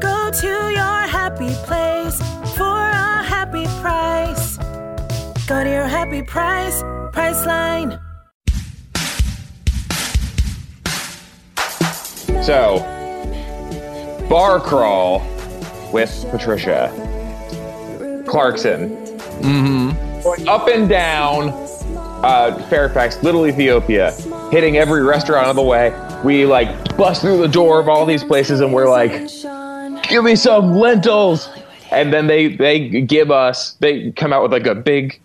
Go to your happy place for a happy price. Go to your happy price, Priceline. So, bar crawl with Patricia Clarkson. Mm-hmm. Going up and down uh, Fairfax, Little Ethiopia, hitting every restaurant on the way. We like bust through the door of all these places and we're like, give me some lentils. And then they, they give us, they come out with like a big,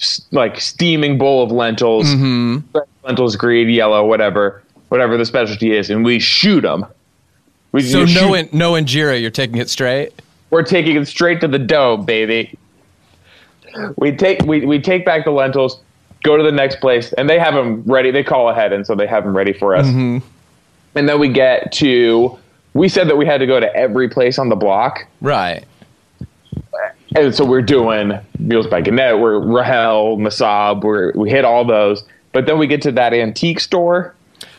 s- like steaming bowl of lentils Mm-hmm. lentils, green, yellow, whatever, whatever the specialty is, and we shoot them. We So you shoot- no, in, no injera. You're taking it straight. we're taking it straight to the dome, baby. We take we, we take back the lentils, go to the next place, and they have them ready. They call ahead, and so they have them ready for us. And then we get to. We said that we had to go to every place on the block, Right. and so we're doing Meals by Gannett, we're Rahel, Masab, we're, we hit all those. But then we get to that antique store.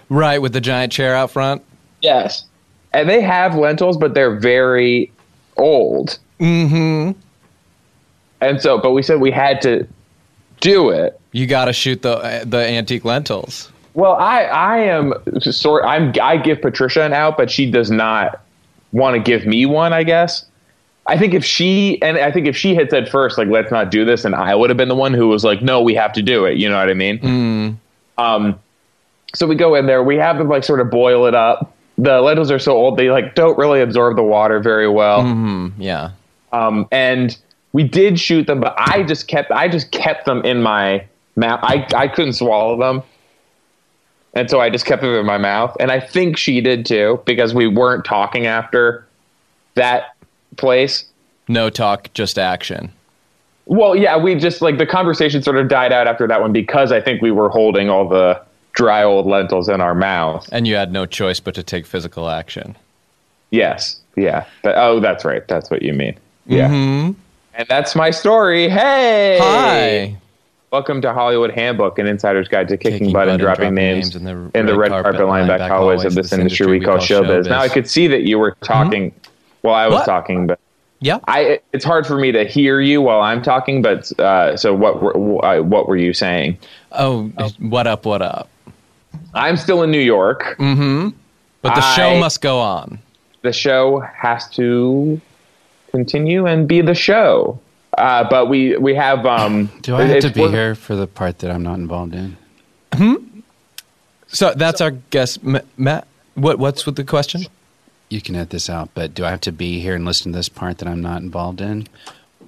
Right with the giant chair out front. Yes. And they have lentils, but they're very old. Mm-hmm. And so, but we said we had to do it. You got to shoot the uh, the antique lentils. Well, I I am sort. I'm I give Patricia an out, but she does not want to give me one. I guess. I think if she and I think if she had said first, like let's not do this, and I would have been the one who was like, no, we have to do it. You know what I mean? Um. So we go in there. We have them like sort of boil it up. The lentils are so old; they like don't really absorb the water very well. Yeah. Um, and we did shoot them, but I just kept I just kept them in my mouth. I I couldn't swallow them, and so I just kept them in my mouth. And I think she did too because we weren't talking after that place. No talk, just action. Well, yeah, we just like the conversation sort of died out after that one because I think we were holding all the dry old lentils in our mouth. And you had no choice but to take physical action. Yes, yeah. But, oh, that's right. That's what you mean. Yeah. And that's my story. Hey. Hi. Welcome to Hollywood Handbook, an insider's guide to kicking, Kicking butt, and butt and dropping dropping names in names the, in the red, carpet, lineback hallways of this industry we call showbiz. Mm-hmm. Now, I could see that you were talking while I was What? talking, but Yeah. I it's hard for me to hear you while I'm talking. But uh, so what? Were, uh, what were you saying? Oh, what up? What up? I'm still in New York. But the I- show must go on. The show has to continue and be the show. Uh, but we we have um. Do I have it's- to be here for the part that I'm not involved in? So that's our guest, Ma- Matt. What what's with the question? You can edit this out, but do I have to be here and listen to this part that I'm not involved in?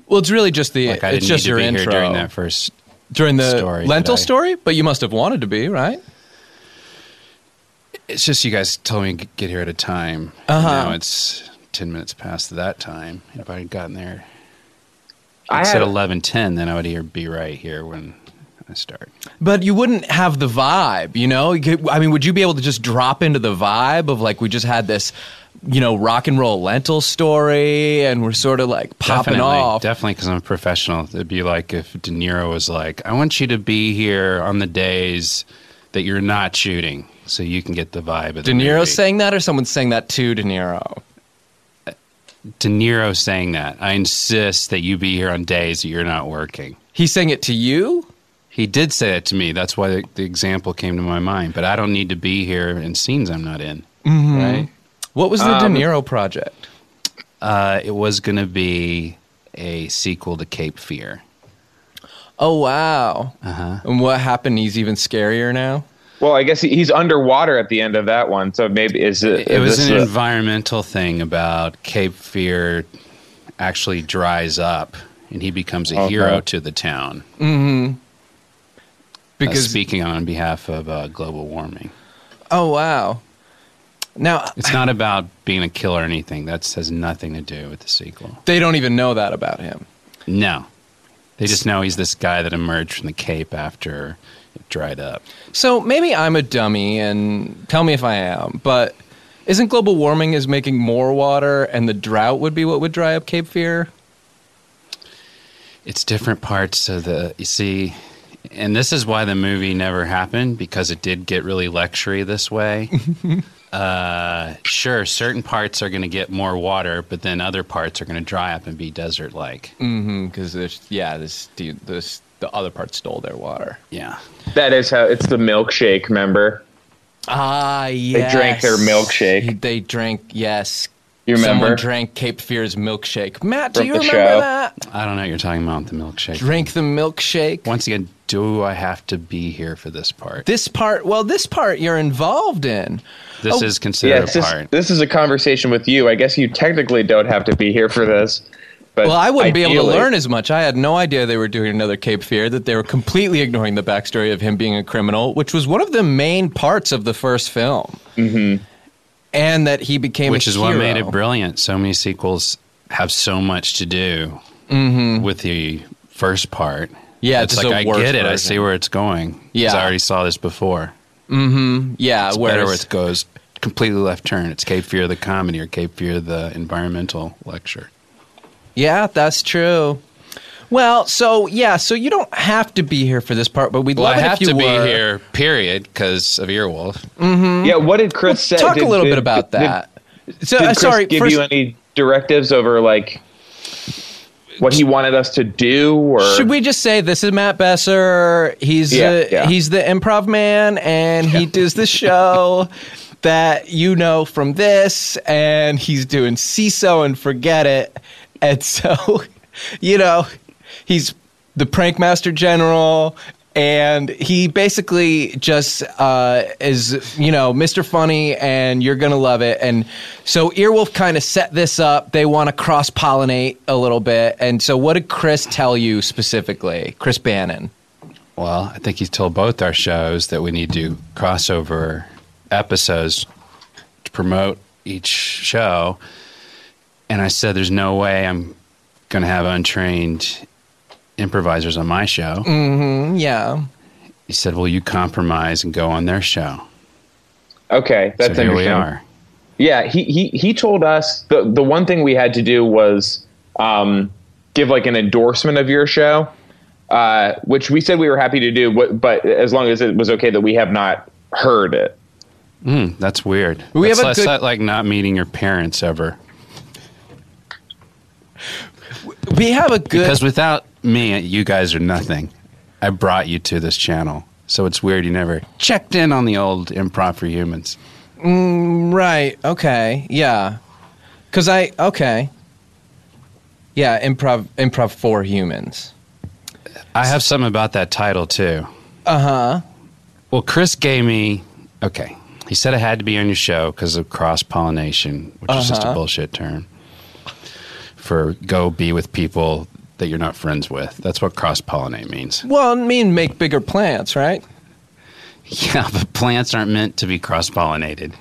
Well, it's really just the Like I it's didn't just need to your be intro here during that first. during the story, lentil did I? story. But you must have wanted to be right. It's just you guys told me to get here at a time. Uh-huh. Now it's ten minutes past that time. If I had gotten there, I I had said eleven ten, then I would hear be right here when I start. But you wouldn't have the vibe, you know? You could- I mean, would you be able to just drop into the vibe of like, we just had this, you know, rock and roll lentil story and we're sort of like popping definitely, off? Definitely, because I'm a professional. It'd be like if De Niro was like, "I want you to be here on the days that you're not shooting, so you can get the vibe." Of the De Niro movie." saying that or someone saying that to De Niro? De Niro saying that. I insist that you be here on days that you're not working. He's saying it to you? He did say that to me. That's why the, the example came to my mind. But I don't need to be here in scenes I'm not in. Right? What was the De Niro project? Uh, it was going to be a sequel to Cape Fear. Oh, wow. And what happened? He's even scarier now? Well, I guess he, he's underwater at the end of that one, so maybe is it? it was is an this a- environmental thing about Cape Fear actually dries up and he becomes a hero to the town. Uh, Because, speaking on behalf of uh, global warming, oh, wow. Now, it's not about being a killer or anything. That has nothing to do with the sequel. they don't even know that about him. No, They just know he's this guy that emerged from the Cape after it dried up. So maybe I'm a dummy, and tell me if I am. But isn't global warming is making more water, and the drought would be what would dry up Cape Fear? It's different parts of the. You see, and this is why the movie never happened because it did get really lectury this way. uh, sure, certain parts are going to get more water, but then other parts are going to dry up and be desert like. Because Mm, there's yeah, this the- this the other part stole their water. Yeah. That is how it's the milkshake, remember? Ah, yes. drank their milkshake. They drank yes. You Someone remember? drank Cape Fear's milkshake. Matt, do From you the remember show. that? I don't know what you're talking about with the milkshake. Drank the milkshake. Once again, do I have to be here for this part? This, This part, well, this part you're involved in. oh. is Yeah, considered it's a just- part. this is a conversation with you. I guess you technically don't have to be here for this. But Well, I wouldn't be able ideally- to learn as much. I had no idea they were doing another Cape Fear, that they were completely ignoring the backstory of him being a criminal, which was one of the main parts of the first film. Mm-hmm. And that he became which a is what made hero. it brilliant. So many sequels have so much to do with the first part. Yeah, it's just like a I worse get it. I version. see where it's going. 'Cause Yeah. I already saw this before. Yeah, It's better where whereas it goes completely left turn. It's Cape Fear the comedy or Cape Fear the environmental lecture. Yeah, that's true. Well, so yeah, so you don't have to be here for this part, but we'd Well, love it I if have you to be were. here, period, because of Earwolf. Yeah, what did Chris say? Talk Did- a little did- bit about did- that. so, Did uh, Chris sorry, give first, you any directives over like what he wanted us to do, or should we just say this is Matt Besser? He's Yeah, uh, yeah. he's the improv man, and he does this show that you know from this, and he's doing CISO and forget it, and so you know he's the prank master general. And he basically just uh, is, you know, Mr. Funny, and you're gonna love it. And so Earwolf kind of set this up. They want to cross pollinate a little bit. And so, what did Chris tell you specifically, Chris Bannon? Well, I think he's told both our shows that we need to crossover episodes to promote each show. And I said, there's no way I'm going to have untrained improvisers on my show. Mm, Yeah. He said, well, you compromise and go on their show. Okay, that's so here we interesting. are. Yeah, he, he he told us the the one thing we had to do was um, give like an endorsement of your show, uh, which we said we were happy to do, but, but as long as it was okay that we have not heard it. That's weird. We that's have a less good- like- like not meeting your parents ever. We have a good. Because without me, you guys are nothing. I brought you to this channel. So it's weird you never checked in on the old improv for humans. right. Okay. Yeah. Because I. Okay. Yeah. Improv. Improv for humans. I have something about that title too. Uh huh. Well, Chris gave me. Okay. He said I had to be on your show because of cross pollination, which is just a bullshit term for go be with people that you're not friends with. That's what cross pollinate means. Well, I mean, make bigger plants, right? Yeah, but plants aren't meant to be cross pollinated.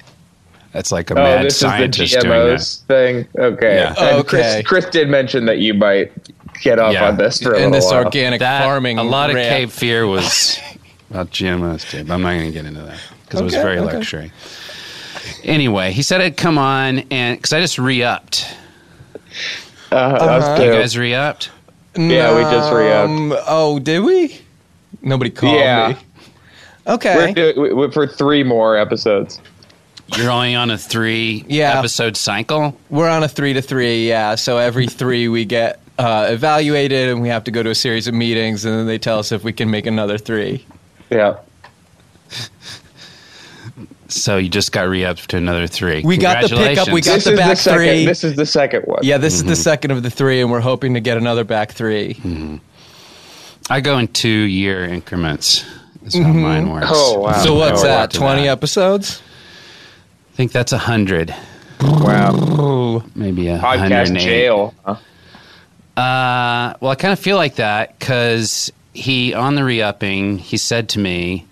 That's like a Oh, mad this is the scientist doing that. GMOs thing. Okay, Yeah. And Oh, Okay. Chris, Chris did mention that you might get off Yeah. on this for a And little this while. organic That- farming. A lot of rant. Cape Fear was about GMOs, too, but I'm not going to get into that because it was Okay, very okay. luxury. Anyway, he said I'd come on and because I just re upped. Us You too. guys re upped? yeah, we just re upped. Uh-huh. Um, oh, did we? Nobody called Yeah. me. Okay. We're doing we- we- for three more episodes. You're only on a three Yeah. episode cycle? We're on a three to three, yeah. So every three we get uh, evaluated and we have to go to a series of meetings and then they tell us if we can make another three. Yeah. So you just got re upped to another three. We got the pickup, we got- Congratulations. This the is back the second. three. This is the second one. Yeah, this Mm-hmm. is the second of the three and we're hoping to get another back 3 I go in two year increments. Is how mine works. Oh, wow. Mm-hmm. So Oh, what's we're that, 20 up? episodes? I think that's 100. Wow. Maybe a Podcast 108. jail. huh? Well, I kind of feel like that because he, on the re upping, he said to me,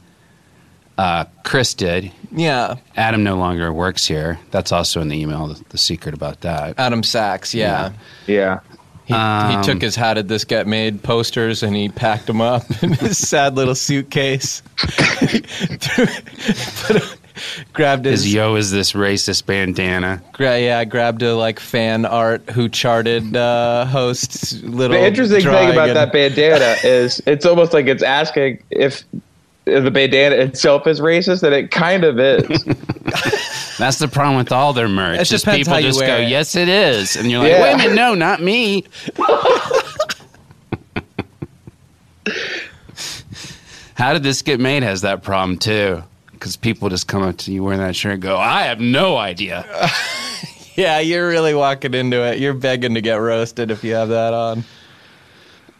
uh, Chris did. Yeah, Adam no longer works here. That's also in the email, the, the secret about that. Adam Sachs, yeah. Yeah. He, he took his "How did this get made?" posters and he packed them up in his sad little suitcase. grabbed his, Is yo is this racist bandana? gra- yeah, grabbed a like fan art who charted uh, hosts little. The interesting thing drawing about and- that bandana is it's almost like it's asking if the bandana itself is racist, and it kind of is. That's the problem with all their merch. It is depends people how you just go, wear it. yes, it is, and you're like, Yeah. wait a minute, no, not me. How did this get made? Has that problem too? Because people just come up to you wearing that shirt and go, I have no idea. Yeah, you're really walking into it. You're begging to get roasted if you have that on.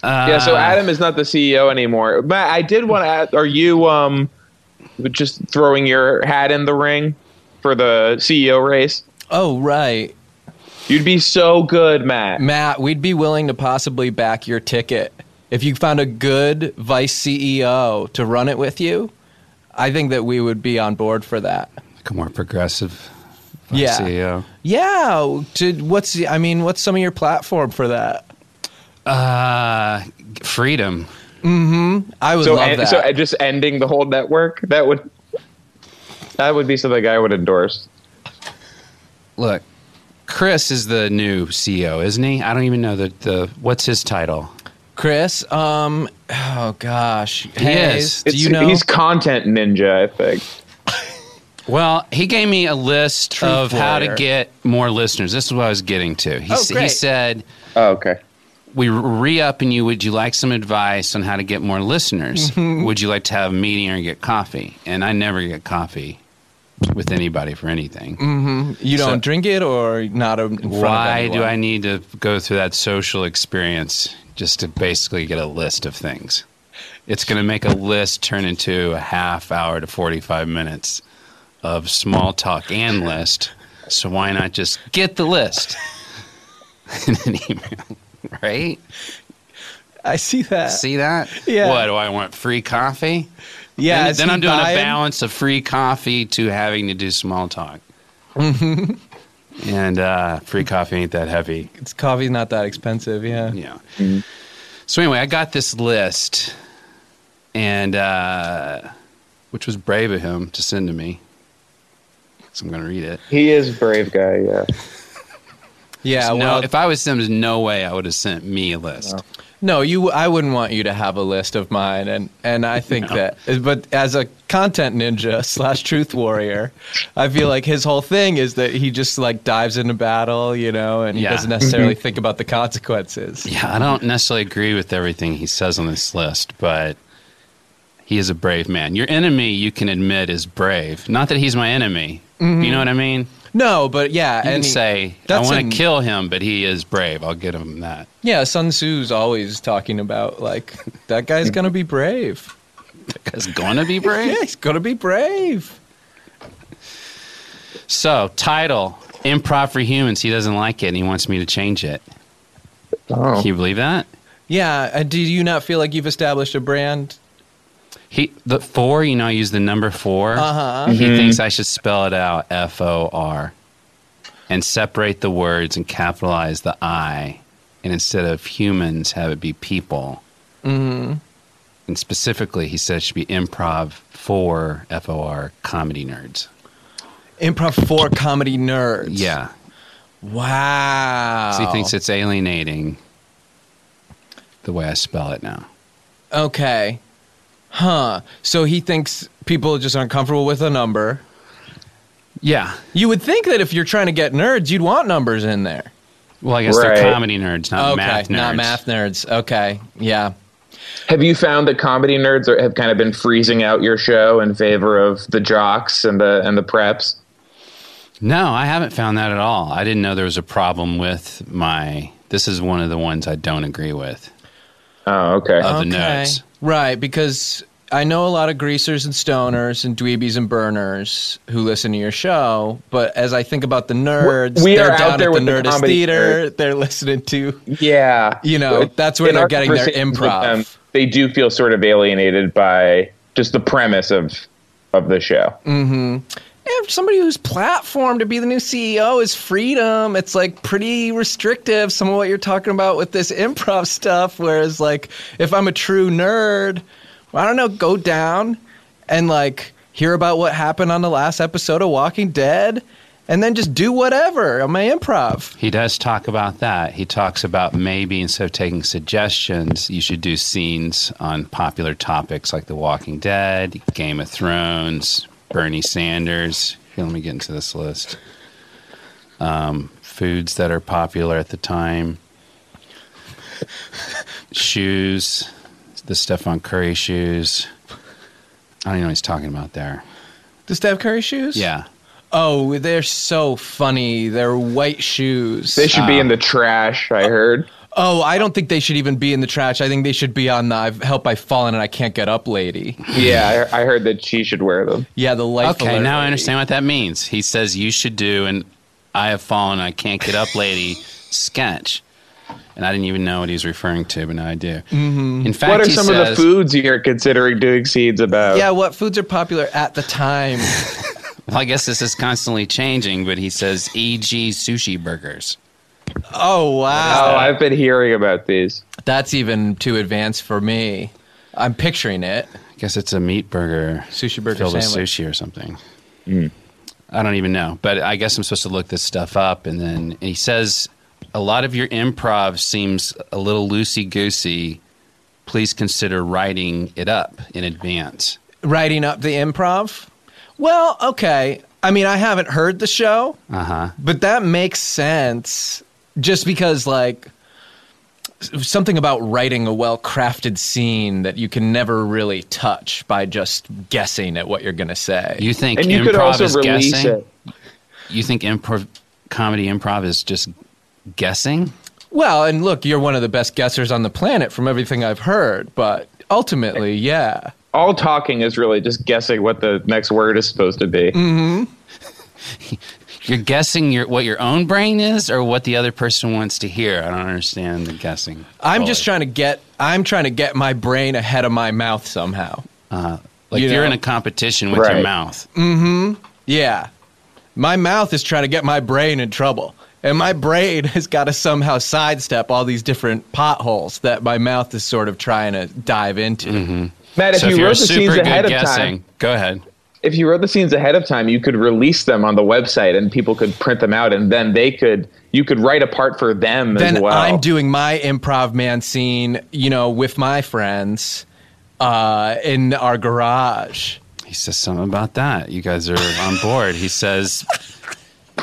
yeah. So Ah. Adam is not the CEO anymore. But I did want to ask: Are you um just throwing your hat in the ring for the CEO race? Oh right, You'd be so good, Matt. Matt. We'd be willing to possibly back your ticket if you found a good vice CEO to run it with you. I think that we would be on board for that. Like a more progressive Yeah. CEO. Yeah. To, what's the- I mean, what's some of your platform for that? Uh, freedom. I would so love en- that. so uh, just ending the whole network that would that would be something I would endorse. Look, Chris is the new CEO, isn't he? I don't even know the, the what's his title. Chris, um, oh gosh, He Hayes, is. do It's, you know? he's content ninja? I think. Well, he gave me a list Truth of how to warrior. get more listeners. This is what I was getting to. He, Oh, s- he great. said, Oh, okay. We re upping you. Would you like some advice on how to get more listeners? Would you like to have a meeting or get coffee? And I never get coffee with anybody for anything. you don't so- drink it or not in front of Why anyone? do I need to go through that social experience just to basically get a list of things? It's going to make a list turn into a half hour to 45 minutes of small talk and list. So why not just get the list in an email, right? I see that. See that? Yeah. What do I want? Free coffee? yeah, Then, is then he I'm doing buying- a balance of free coffee to having to do small talk. and uh, free coffee ain't that heavy. It's coffee's not that expensive. Yeah. Yeah. Mm-hmm. So anyway, I got this list, and uh, which was brave of him to send to me. So I'm going to read it. He is a brave guy. Yeah. Yeah. no, well, if I was him, there's no way I would have sent me a list. no, you. I wouldn't want you to have a list of mine, and and I think that. But as a content ninja slash truth warrior, I feel like his whole thing is that he just like dives into battle, you know, and he Yeah. doesn't necessarily think about the consequences. Yeah, I don't necessarily agree with everything he says on this list, but he is a brave man. Your enemy, you can admit, is brave. Not that he's my enemy. You know what I mean? You No, but yeah, can Mm-hmm. and he- say I that's want an- to kill him, but he is brave. I'll get him that. Yeah, Sun Tzu's always talking about like that Mm. guy's gonna be brave. He's gonna be brave. Yeah, he's gonna be brave. So, title Improv for Humans. He doesn't like it and he wants me to change it. Oh. Can you believe that? Yeah, uh, do you not feel like you've established a brand? He the four, you know, I use the number 4 Uh-huh. He thinks I should spell it out F O R and separate the words and capitalize the I. And instead of humans, have it be people. Mm-hmm. And specifically, he said it should be improv for F O R comedy nerds. Improv for comedy nerds. Yeah. Wow. So he thinks it's alienating the way I spell it now. okay. Huh. So he thinks people just aren't comfortable with a number. Yeah. You would think that if you're trying to get nerds, you'd want numbers in there. Well, I guess Right. they're comedy nerds, not okay, math nerds. not math nerds. Okay. Yeah. Have you found that comedy nerds are, have kind of been freezing out your show in favor of the jocks and the and the preps? No, I haven't found that at all. I didn't know there was a problem with my. This is one of the ones I don't agree with. Oh, okay. Of the nerds. Right, because I know a lot of greasers and stoners and dweebies and burners who listen to your show, but as I think about the nerds, we they're are out down there at the with the Nerdist comedy Theater. They're listening to, yeah. you know, But that's where in they're our getting their conversations with improv. them, they do feel Mm. sort of alienated by just the premise of of the show. yeah, somebody whose platform to be the new CEO is freedom. It's like pretty restrictive. Some of what you're talking about with this improv stuff, whereas like if I'm a true nerd, well, I don't know, go down and like hear about what happened on the last episode of Walking Dead, and then just do whatever on my improv. He does talk about that. He talks about maybe instead of taking suggestions, you should do scenes on popular topics like The Walking Dead, Game of Thrones, Bernie Sanders. Here, let me get into this list. Um, foods that are popular at the time, shoes, the Stefan Curry shoes. I don't even know what he's talking about there. Does Steph Curry shoes? Yeah. Oh, they're so funny. They're white shoes. They should be in the trash, I heard. Oh, I don't think they should even be in the trash. I think they should be on the I've help I've fallen and I can't get up lady. Yeah, I, I heard that she should wear them. Yeah, the life. Okay, alert now I lady. understand what that means. He says you should do an I have fallen, I can't get up, lady sketch. And I didn't even know what he was referring to, but now I do. Mm-hmm. In fact, What are he some of the says, foods you're considering doing scenes about? Yeah, what foods are popular at the time? Well, I guess this is constantly changing, but he says, e.g., sushi burgers. oh wow, Oh, I've been hearing about these. that's even too advanced for me. I'm picturing it. I guess it's a meat burger, Sushi burger filled with sandwich. sushi or something. Hmm. I don't even know, but I guess I'm supposed to look this stuff up. And then and he says, a lot of your improv seems a little loosey goosey. Please consider writing it up in advance. Writing up the improv. Well, okay. I mean, I haven't heard the show. Uh huh. But that makes sense just because, like, s- something about writing a well crafted scene that you can never really touch by just guessing at what you're going to say. You think And you improv could also is release guessing? it. You think improv comedy improv is just guessing? well, and look, you're one of the best guessers on the planet from everything I've heard, but ultimately, yeah. All talking is really just guessing what the next word is supposed to be. Mm. You're guessing your what your own brain is or what the other person wants to hear. I don't understand the guessing. I'm just trying to get I'm trying to get my brain ahead of my mouth somehow. Uh, like you you are know? in a competition with Right. your mouth. Yeah. My mouth is trying to get my brain in trouble. And my brain has got to somehow sidestep all these different potholes that my mouth is sort of trying to dive into. Mm-hmm. Matt, if so you are wrote the super scenes good ahead of guessing, time, go ahead. if you wrote the scenes ahead of time, you could release them on the website, and people could print them out, and then they could you could write a part for them Then as well. I'm doing my improv man scene, you know, with my friends uh, in our garage. He says something about that. You guys are on board. He says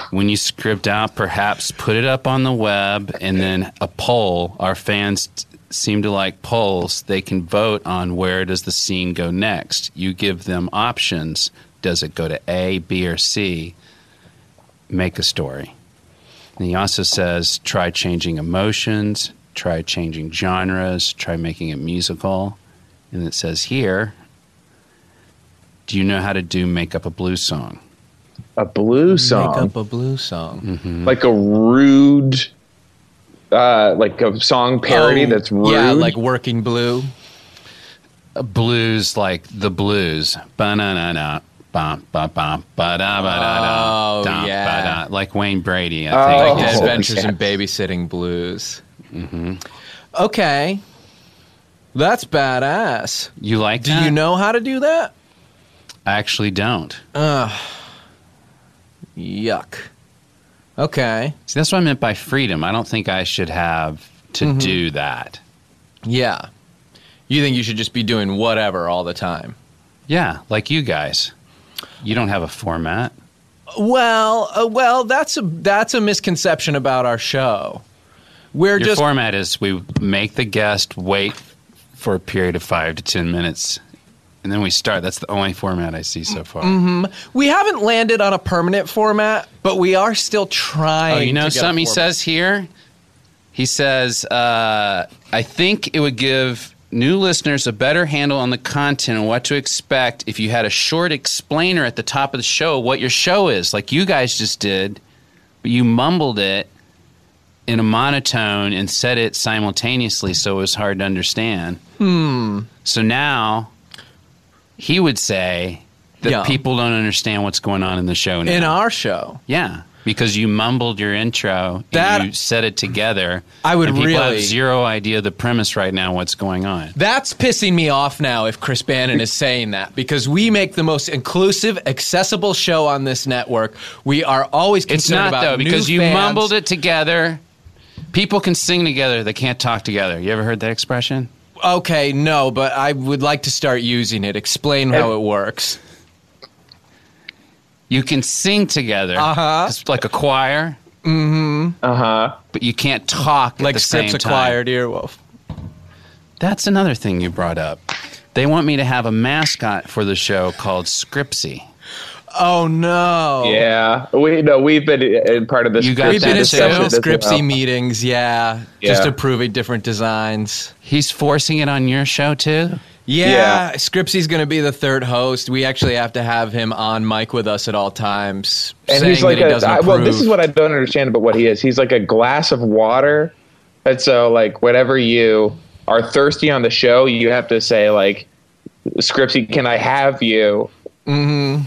when you script out, perhaps put it up on the web and then a poll. Our fans t- seem to like polls. They can vote on where does the scene go next. You give them options. Does it go to A, B, or C? Make a story. And he also says try changing emotions, try changing genres, try making it musical. And it says here, do you know how to do make up a blues song? a blue Make song, up a blue song. Mm-hmm. like a rude, uh, like a song parody Oh, that's rude. Yeah, like Working Blue. blues like the blues. Ba-na-na-na. Ba, ba, ba, ba-da-ba-da-da. Oh, Da, yeah. ba-da. Like Wayne Brady, I Oh, Like think. holy the Mm-hmm. Adventures crap. in Babysitting Blues. Okay. That's badass. You like Do that? you know how to do that? I actually don't. Yuck. Okay. See, that's what I meant by freedom. I don't think I should have to Mm-hmm. do that. Yeah. You think you should just be doing whatever all the time? Yeah, like you guys. You don't have a format. Well, uh, well, that's a that's a misconception about our show. We're Your just format is we make the guest wait for a period of five to 10 minutes, and then we start. That's the only format I see so far. we haven't landed on a permanent format, but we are still trying. Oh, you know to get a something he format. says here? He says, uh, I think it would give new listeners a better handle on the content and what to expect if you had a short explainer at the top of the show what your show is, like you guys just did, but you mumbled it in a monotone and said it simultaneously, so it was hard to understand. Hmm. So now he would say, that Yeah. people don't understand what's going on in the show now. in our show. yeah, because you mumbled your intro That- and you said it together. I would and people really- have zero idea of the premise right now what's going on. That's pissing me off now if Chris Bannon is saying that because we make the most inclusive, accessible show on this network. We are always concerned It's not about though new because you fans. mumbled it together. People can sing together; they can't talk together. You ever heard that expression? Okay, no, but I would like to start using it. Explain how it works. You can sing together, Uh-huh. It's like a choir, mm-hmm. Uh-huh. uh huh. But you can't talk at Like the same Scripps time. acquired Earwolf. That's another thing you brought up. They want me to have a mascot for the show called Scripsy. Oh no. Yeah, we no, we've been in part of this. You got We've been in That is several true. Scripsy meetings, yeah, Just Yeah. approving different designs. He's forcing it on your show too. Yeah, Yeah. Scripsy's gonna be the third host. We actually have to have him on mic with us at all times. and saying he's like that he a, doesn't I, well this approve. is what i don't understand about what he is he's like a glass of water and so like whenever you are thirsty on the show you have to say like scripsy can i have you mm-hmm.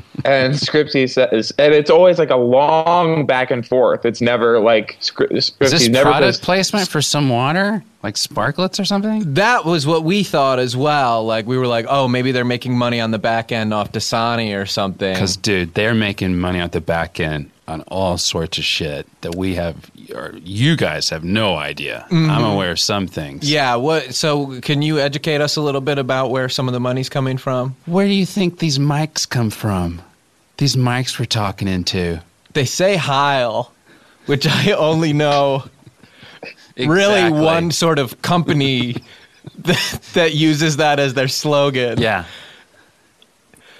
and scripsy says and it's always like a long back and forth it's never like Scri- Is this scripsy never product says, placement for some water, like sparklets or something? that was what we thought as well. Like we were like, oh, maybe they're making money on the back end off Dasani or something. Because dude, they're making money out the back end on all sorts of shit that we have, or you guys have no idea. I'm aware of some things. Mm-hmm. Yeah, what so can you educate us a little bit about where some of the money's coming from? Where do you think these mics come from? These mics we're talking into. They say Heil, which I only know really Exactly. one sort of company that, that uses that as their slogan. Yeah.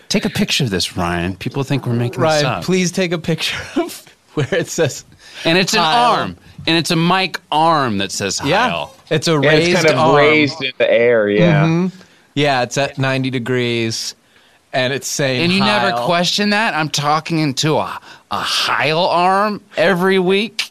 Take a picture of this, Ryan. People think we're making this Ryan, up. please take a picture of where it says And it's an Heil. arm. And it's a mic arm that says Yeah. Heil. It's a yeah, raised it's Um, Mm-hmm. kind of arm. raised in the air yeah Yeah, it's at 90 degrees and it's saying And you never Heil. question that? I'm talking into a, a Heil arm every week.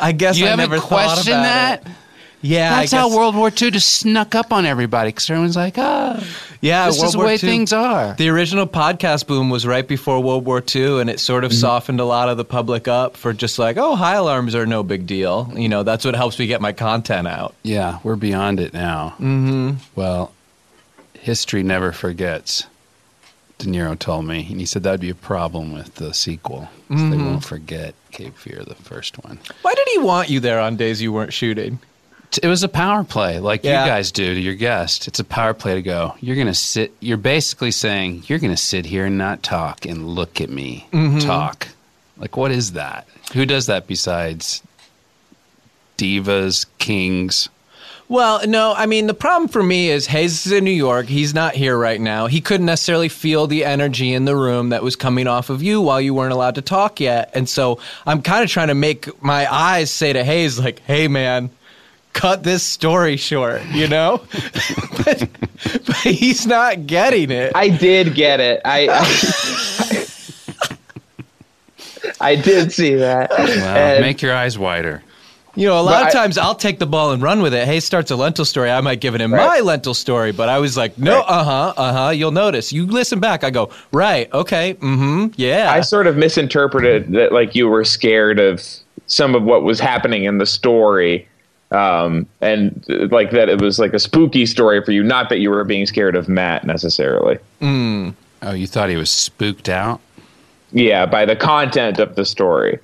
I guess You I haven't never thought questioned about that? it. Yeah, I That's how guess- World War II just snuck up on everybody because everyone's like, oh, yeah, this World is the War way II. things are. The original podcast boom was right before World War II, and it sort Mm-hmm. of softened a lot of the public up for just like, oh, high alarms are no big deal. You know, that's what helps me get my content out. Yeah, we're beyond it now. Mm-hmm. Well, history never forgets. De Niro told me, and he said that'd be a problem with the sequel. 'cause Mm-hmm. They won't forget Cape Fear, the first one. Why did he want you there on days you weren't shooting? T- It was a power play, like Yeah. you guys do to your guest. It's a power play to go. You're gonna sit. You're basically saying you're gonna sit here and not talk and look at me talk. Like what is that? Who does that besides divas, kings? Well, no, I mean, the problem for me is Hayes is in New York. He's not here right now. He couldn't necessarily feel the energy in the room that was coming off of you while you weren't allowed to talk yet. And so I'm kind of trying to make my eyes say to Hayes, like, hey, man, cut this story short, you know? but, but he's not getting it. I did get it. I I, I did see that. Well, And- make your eyes wider. You know, a But lot of I- times I'll take the ball and run with it. Hey, starts a lentil story. I might give it in my Right. lentil story, but I was like, no, Right. uh huh, uh huh. You'll notice. You listen back. I go, right, okay, mm hmm, yeah. I sort of misinterpreted that, like you were scared of some of what was happening in the story, um, and uh, like that it was like a spooky story for you. Not that you were being scared of Matt necessarily. Oh, you thought he was spooked out? Yeah, by the content of the story.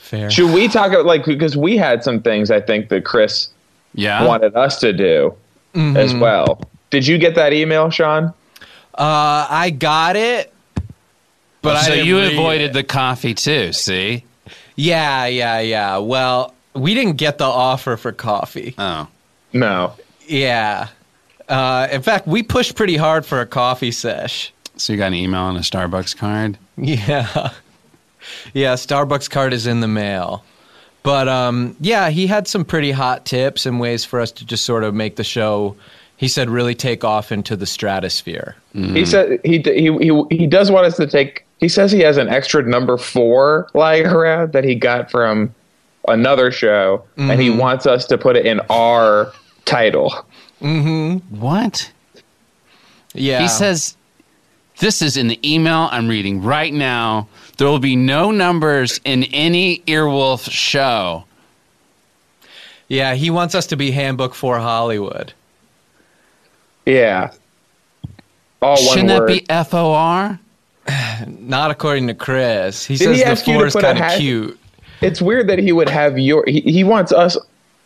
Fair. Should we talk about like because we had some things I think that Chris Yeah. wanted us to do as well. Did you get that email, Sean? Uh, I got it, but I so didn't you read avoided it. the coffee too. See? Yeah, yeah, yeah. Well, we didn't get the offer for coffee. Oh, No. Yeah. Uh, in fact, we pushed pretty hard for a coffee sesh. so you got an email and a Starbucks card? Yeah. Yeah, Starbucks card is in the mail. But um, yeah, he had some pretty hot tips and ways for us to just sort of make the show, he said, really take off into the stratosphere. He Mm. said he, he he he does want us to take. He says he has an extra number four lying around that he got from another show, and Mm-hmm. he wants us to put it in our title. What? Yeah. He says, This is in the email I'm reading right now. There will be no numbers in any Earwolf show. Yeah, he wants us to be handbook for Hollywood. Yeah. All Oh, one Shouldn't word. that be F O R? Not according to Chris. He Did he says the ask you to floor is put a kind of hat- cute. it's weird that he would have your. He, he wants us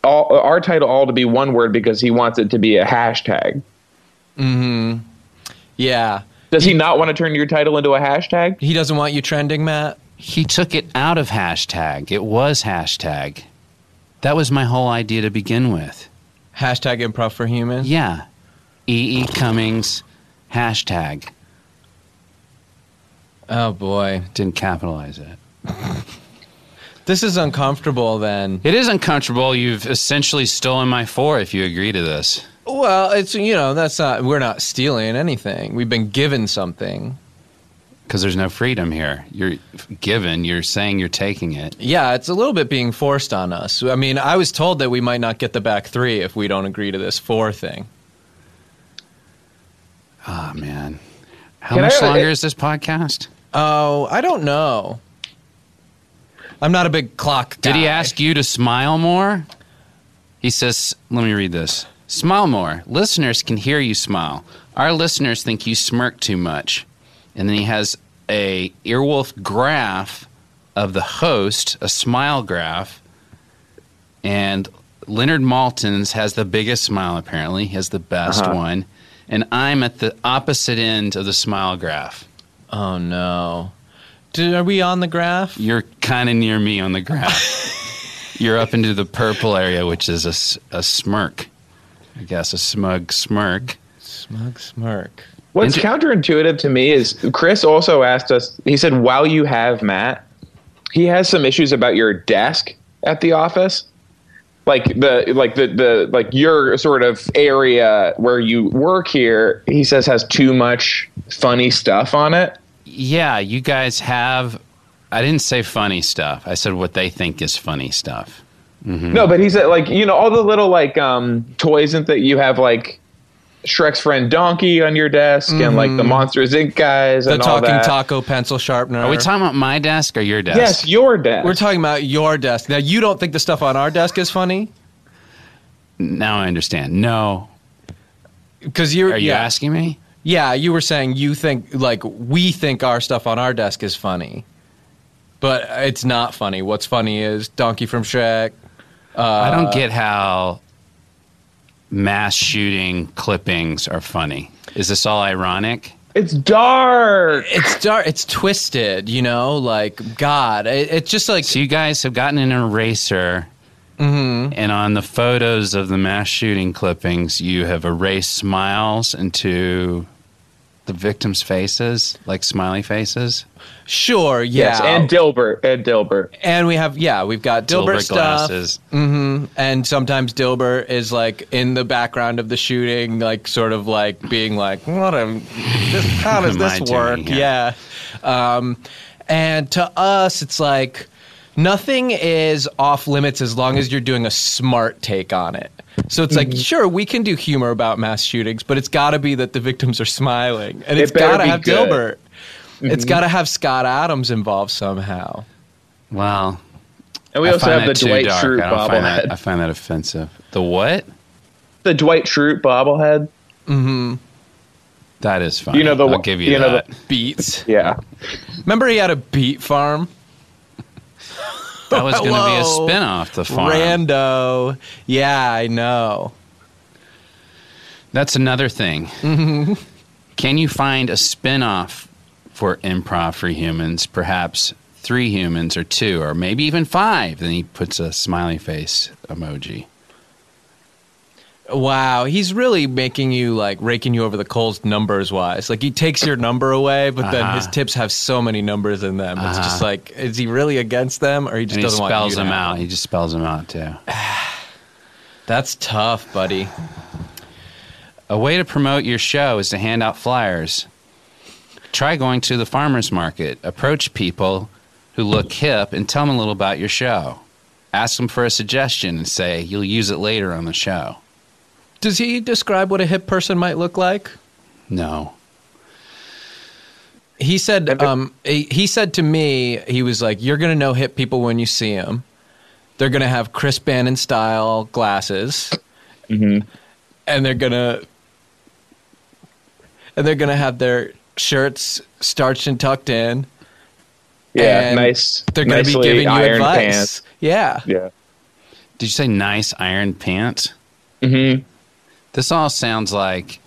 all our title all to be one word because he wants it to be a hashtag. Yeah. Does he not want to turn your title into a hashtag? He doesn't want you trending, Matt. He took it out of hashtag. It was hashtag. That was my whole idea to begin with. Hashtag improv for humans. Yeah. E.E. E. Cummings, hashtag. Oh boy. Didn't capitalize it. This is uncomfortable then. It is uncomfortable. You've essentially stolen my four if you agree to this. Well, it's you know, that's not we're not stealing anything. We've been given something. Because there's no freedom here. You're given, you're saying you're taking it. Yeah, it's a little bit being forced on us. I mean, I was told that we might not get the back three if we don't agree to this four thing. Oh, man. How Can I- much longer is this podcast? Oh, I don't know. I'm not a big clock guy. Did he ask you to smile more? He says, let me read this. Smile more. Listeners can hear you smile. Our listeners think you smirk too much. And then he has a earwolf graph of the host, a smile graph. And Leonard Maltons has the biggest smile apparently. He has the best Uh-huh. one. And I'm at the opposite end of the smile graph. Oh no. Did, are we on the graph? You're kind of near me on the graph. You're up into the purple area, which is a, s- a smirk. I guess a smug smirk. Smug smirk. What's Inter- counterintuitive to me is Chris also asked us. He said, "While you have Matt, he has some issues about your desk at the office, like the like the the like your sort of area where you work here." He says has too much funny stuff on it. Yeah, you guys have. I didn't say funny stuff. I said what they think is funny stuff. Hmm. No, but he said like you know all the little like um toys and that you have like Shrek's friend Donkey on your desk and like the Monsters Inc. guys Hmm. The and all talking that. taco pencil sharpener. Are we talking about my desk or your desk? Yes, your desk. We're talking about your desk. Now you don't think the stuff on our desk is funny? Now I understand. No. Because you're Are you yeah, asking me? yeah, you were saying you think like we think our stuff on our desk is funny. But it's not funny. What's funny is Donkey from Shrek. I don't get how mass shooting clippings are funny. Is this all ironic? it's dark. It's dark. It's twisted. You know, like God. It, it's just like So you guys have gotten an eraser, Mm-hmm. and on the photos of the mass shooting clippings, you have erased smiles into the victims' faces, like smiley faces. sure, yeah. Yes, and Dilbert and Dilbert. And we have yeah, we've got Dilbert, Dilbert stuff, glasses. and sometimes Dilbert is like in the background of the shooting, like sort of like being like, "What am? This, how does What am I this doing work?" here? Yeah. Um, and to us, it's like nothing is off limits as long as you're doing a smart take on it. So it's Mm-hmm. like, sure, we can do humor about mass shootings, but it's got to be that the victims are smiling, and It it's better got to be have good. Mm-hmm. Dilbert. It's got to have Scott Adams involved somehow. Well, And we I also find have the that too Dwight dark. Schrute I don't find that- I bobblehead. find that offensive. The what? The Dwight Schrute bobblehead. That is funny. You know the I'll one- give you, you know that. Beats. Yeah. Remember, he had a beet farm. that was going to be a Hello. spinoff. The farm. Rando. Yeah, I know. That's another thing. Mm-hmm. Can you find a spin-off for improv for humans? Perhaps three humans or two or maybe even five. Then he puts a smiley face emoji. Wow, he's really making you like raking you over the coals numbers wise. Like he takes your number away, but then Uh-huh. his tips have so many numbers in them. It's just like, is he really against them, or he just And he doesn't want spells you to them have out. He just spells them out too. That's tough, buddy. A way to promote your show is to hand out flyers. Try going to the farmers market. Approach people who look hip and tell them a little about your show. Ask them for a suggestion and say you'll use it later on the show. Does he describe what a hip person might look like? No. He said, um, he, he said to me, he was like, "You're gonna know hip people when you see them. They're gonna have Chris Bannon style glasses, Mm-hmm. and they're gonna and they're gonna have their shirts starched and tucked in. Yeah, and nice. They're gonna be nicely giving you ironed advice. pants. Yeah, Yeah. Did you say nice iron pants? Mm-hmm. This all sounds like,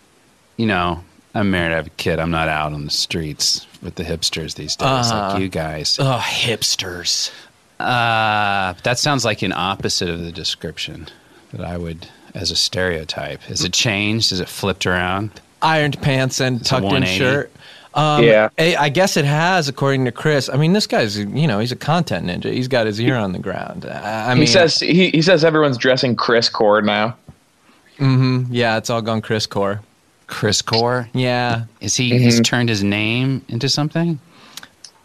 you know, I'm married, I have a kid, I'm not out on the streets with the hipsters these days, like you guys. oh hipsters. Uh, that sounds like an opposite of the description that I would, as a stereotype. Has it changed? Is it flipped around? ironed pants and a tucked in 180. shirt. Um, Yeah. I, I guess it has, according to Chris. I mean, this guy's you know he's a content ninja. He's got his ear on the ground. I, I He mean, says he, he says everyone's dressing Chris Cord now. yeah, it's all gone Chris core. Chris Core? Yeah, Is he, he's turned his name into something?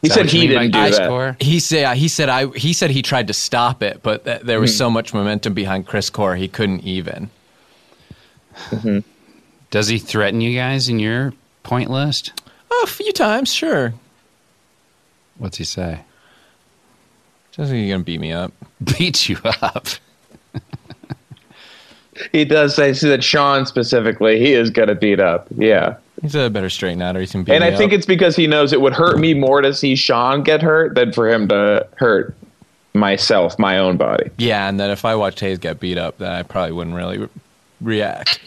He Is that said what you he mean by didn't do Chris that. Core? he said yeah, he said I he said he tried to stop it, but th- there Hmm. was so much momentum behind Chris core he couldn't even. Does he threaten you guys in your point list? Oh, a few times, sure. What's he say? Just he's gonna beat me up. Beat you up. He does say so that Sean specifically, he is gonna beat up. Yeah. He's a better straight out, or he's gonna beat And me I think up. it's because he knows it would hurt me more to see Sean get hurt than for him to hurt myself, my own body. yeah, and that if I watched Hayes get beat up, then I probably wouldn't really re- react.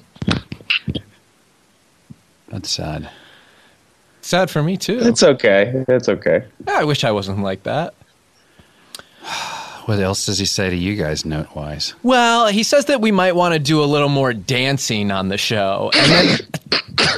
That's sad. Sad for me too. It's okay. It's okay. I wish I wasn't like that. What else does he say to you guys, note wise? Well, he says that we might want to do a little more dancing on the show. And then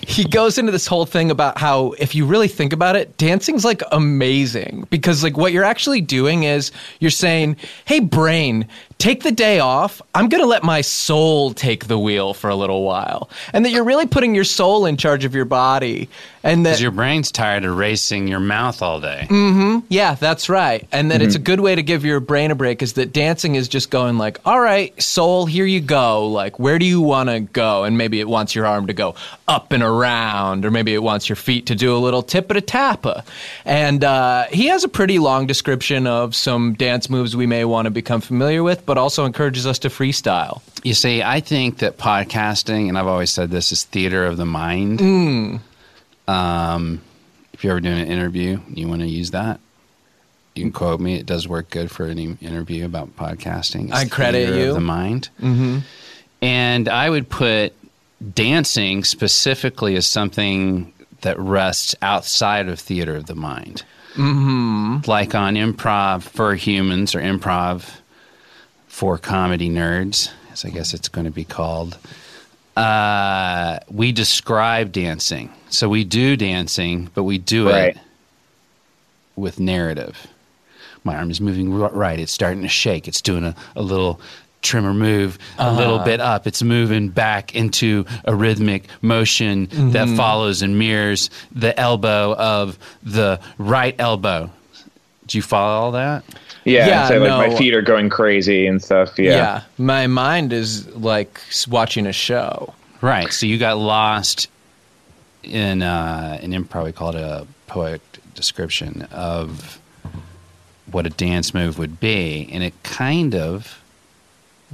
he goes into this whole thing about how if you really think about it, dancing's like amazing because like what you're actually doing is you're saying, "Hey brain, take the day off. I'm going to let my soul take the wheel for a little while." And that you're really putting your soul in charge of your body. And that Because your brain's tired of racing your mouth all day. Yeah, that's right. And that Mm-hmm. it's a good way to give your brain a break is that dancing is just going like, all right, soul, here you go. Like, where do you want to go? And maybe it wants your arm to go up and around, or maybe it wants your feet to do a little tip a tappa. And uh, he has a pretty long description of some dance moves we may want to become familiar with, but also encourages us to freestyle. You see, I think that podcasting, and I've always said this, is theater of the mind. Um, if you're ever doing an interview, you want to use that. You can quote me. It does work good for any interview about podcasting. It's I credit theater of you. the mind. Mm-hmm. And I would put dancing specifically as something that rests outside of theater of the mind, mm-hmm. like on improv for humans or improv for comedy nerds, as I guess it's going to be called. Uh, we describe dancing, so we do dancing, but we do Right. it with narrative. My arm is moving r- right. It's starting to shake. It's doing a, a little trimmer move, a little bit up. It's moving back into a rhythmic motion that follows and mirrors the elbow of the right elbow. Do you follow all that? Yeah. Yeah, and so like no. my feet are going crazy and stuff. Yeah. My mind is like s- watching a show. Right. So you got lost in uh, an improv. We call it a poetic description of what a dance move would be, and it kind of,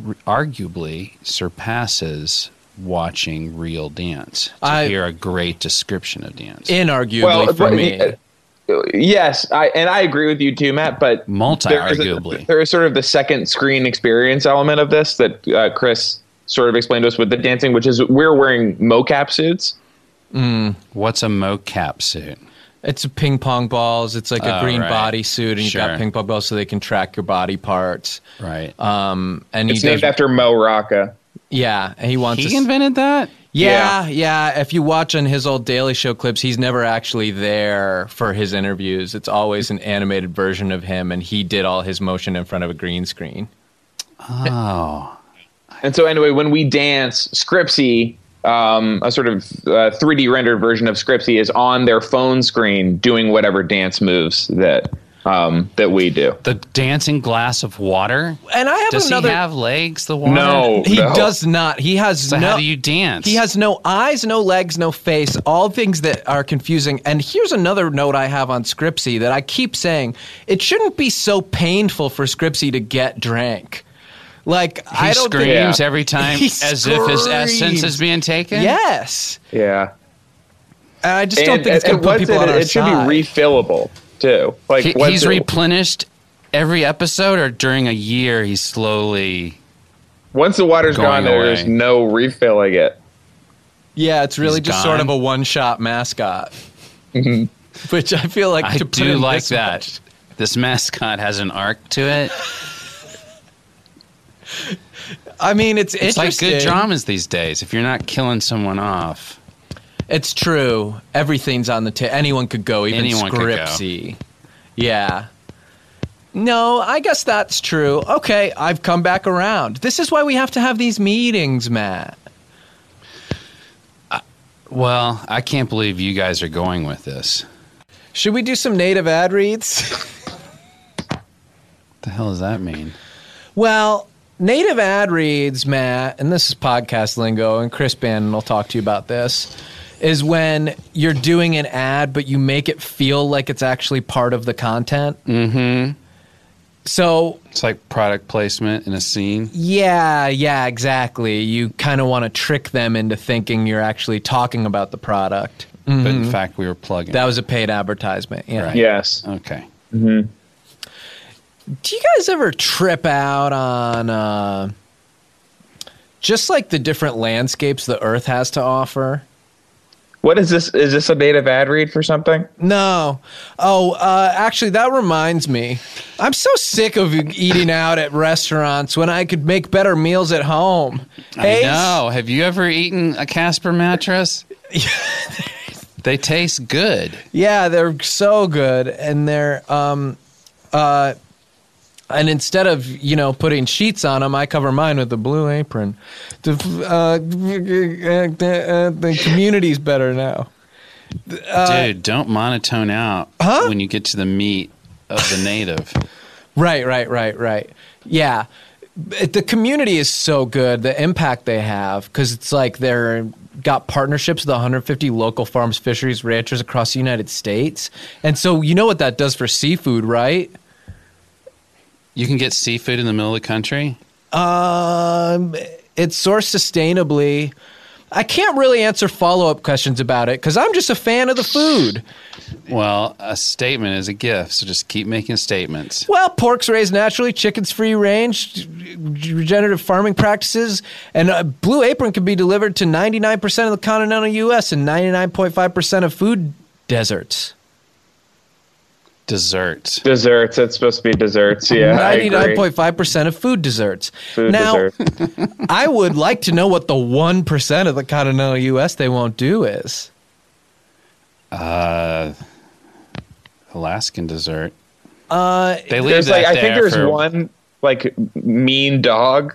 r- arguably, surpasses watching real dance. To I- hear a great description of dance, Inarguably Well, for but- uh, me. Yes, I and I agree with you too, Matt. But multi there is a- arguably. there is sort of the second screen experience element of this that uh, Chris sort of explained to us with the dancing, which is we're wearing mocap suits. What's a mocap suit? It's ping pong balls. It's like a Oh, green bodysuit, right. body suit, and you got Sure. ping pong balls so they can track your body parts. Right. Um, and It's he named does, after Mo Rocca. yeah, and he wants. he to, s- invented that. yeah, yeah, If you watch on his old Daily Show clips, he's never actually there for his interviews. It's always an animated version of him, and he did all his motion in front of a green screen. Oh, And so, anyway, when we dance, Scripsy, um, a sort of uh, 3D rendered version of Scripsy, is on their phone screen doing whatever dance moves that um, that we do. The dancing glass of water. And I have Does another. he have legs? The water. No, He no. does not. He has So no. how do you dance? He has no eyes, no legs, no face, all things that are confusing. And here's another note I have on Scripsy that I keep saying it shouldn't be so painful for Scripsy to get drank. Like, He I don't screams think. Yeah. every time He as if his essence screams. is being taken. Yes. Yeah. And I just don't think it's going to put what's people in on it, our it should be side. refillable too. Like He- what's he's it- replenished every episode, or during a year, he's slowly. once the water's going gone, there's away. no refilling it. yeah, it's really He's just sort of gone. a one shot mascot. Mm-hmm. Which I feel like I to put do in like this that. much- This mascot has an arc to it. I mean, it's, It's like interesting. good dramas these days. If you're not killing someone off, It's true. Everything's on the table. Anyone could go, even Anyone could go. Scripsy. Yeah. No, I guess that's true. Okay, I've come back around. This is why we have to have these meetings, Matt. well, I can't believe you guys are going with this. What Should we do some native ad reads? the hell does that mean? well, native ad reads, Matt, and this is podcast lingo, and Chris Bannon will talk to you about this, is when you're doing an ad, but you make it feel like it's actually part of the content. Mm hmm. Mm-hmm. So It's like product placement in a scene. Yeah, yeah, exactly. You kind of want to trick them into thinking you're actually talking about the product. but in fact we were plugging. Mm-hmm. That was a paid advertisement. Yeah. Right. Yes. okay. Do you guys ever trip out on uh, just like the different landscapes the Earth has to offer? What is this? Is this a native ad read for something? No. Oh, uh, actually, that reminds me. I'm so sick of eating out at restaurants when I could make better meals at home. I Hey, know. Have you ever eaten a Casper mattress? they taste good. Yeah, they're so good, and they're um, uh, and instead of you know putting sheets on them, I cover mine with a blue apron. The uh, the, uh, the community's better now. Uh, Dude, don't monotone out when you get to the meat of the native. Right, right, right, right. Yeah. It- The community is so good, the impact they have, because it's like they're got partnerships with 150 local farms, fisheries, ranchers across the United States. And so you know what that does for seafood, right? You can get seafood in the middle of the country. Um, it's sourced sustainably. I can't really answer follow up questions about it because I'm just a fan of the food. Well, a statement is a gift, so just keep making statements. Well, pork's raised naturally, chickens free range, regenerative farming practices, and uh, Blue Apron can be delivered to 99% of the continental U.S. and 99.5% of food deserts. Dessert. Desserts. It's supposed to be desserts. Yeah. I agree. 99.5% of food desserts. Food now, dessert. I would like to know what the 1% of the continental U.S. they won't do is. Alaskan dessert. Uh, They leave There's that like I there think there's for- one like mean dog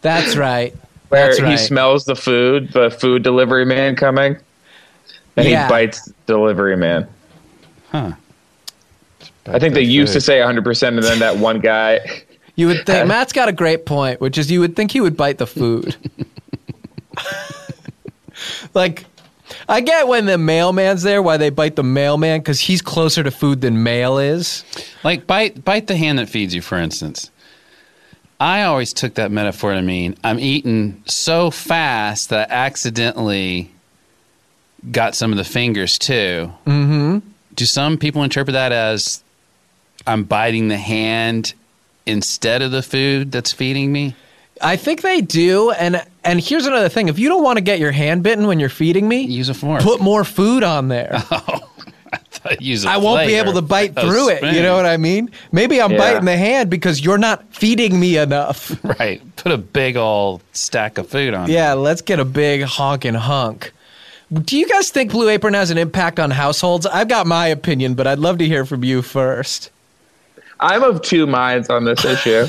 That's right. where That's he right. smells the food, the food delivery man coming, and Yeah. he bites delivery man. Huh. I think they used to say 100, percent and then that one guy. you would think Matt's got a great point, which is you would think he would bite the food. like, I get when the mailman's there why they bite the mailman because he's closer to food than mail is. Like bite bite the hand that feeds you, for instance. I always took that metaphor to mean I'm eating so fast that I accidentally got some of the fingers too. Mm-hmm. Do some people interpret that as I'm biting the hand instead of the food that's feeding me? I think they do, and and here's another thing: if you don't want to get your hand bitten when you're feeding me, Use a fork. put more food on there. Use a I won't be plate able or to bite a through it. You spoon. know what I mean? Maybe I'm Yeah. biting the hand because you're not feeding me enough. Right. Put a big old stack of food on. it. Yeah, let's get a big honkin' hunk. Do you guys think Blue Apron has an impact on households? I've got my opinion, but I'd love to hear from you first. I'm of two minds on this issue.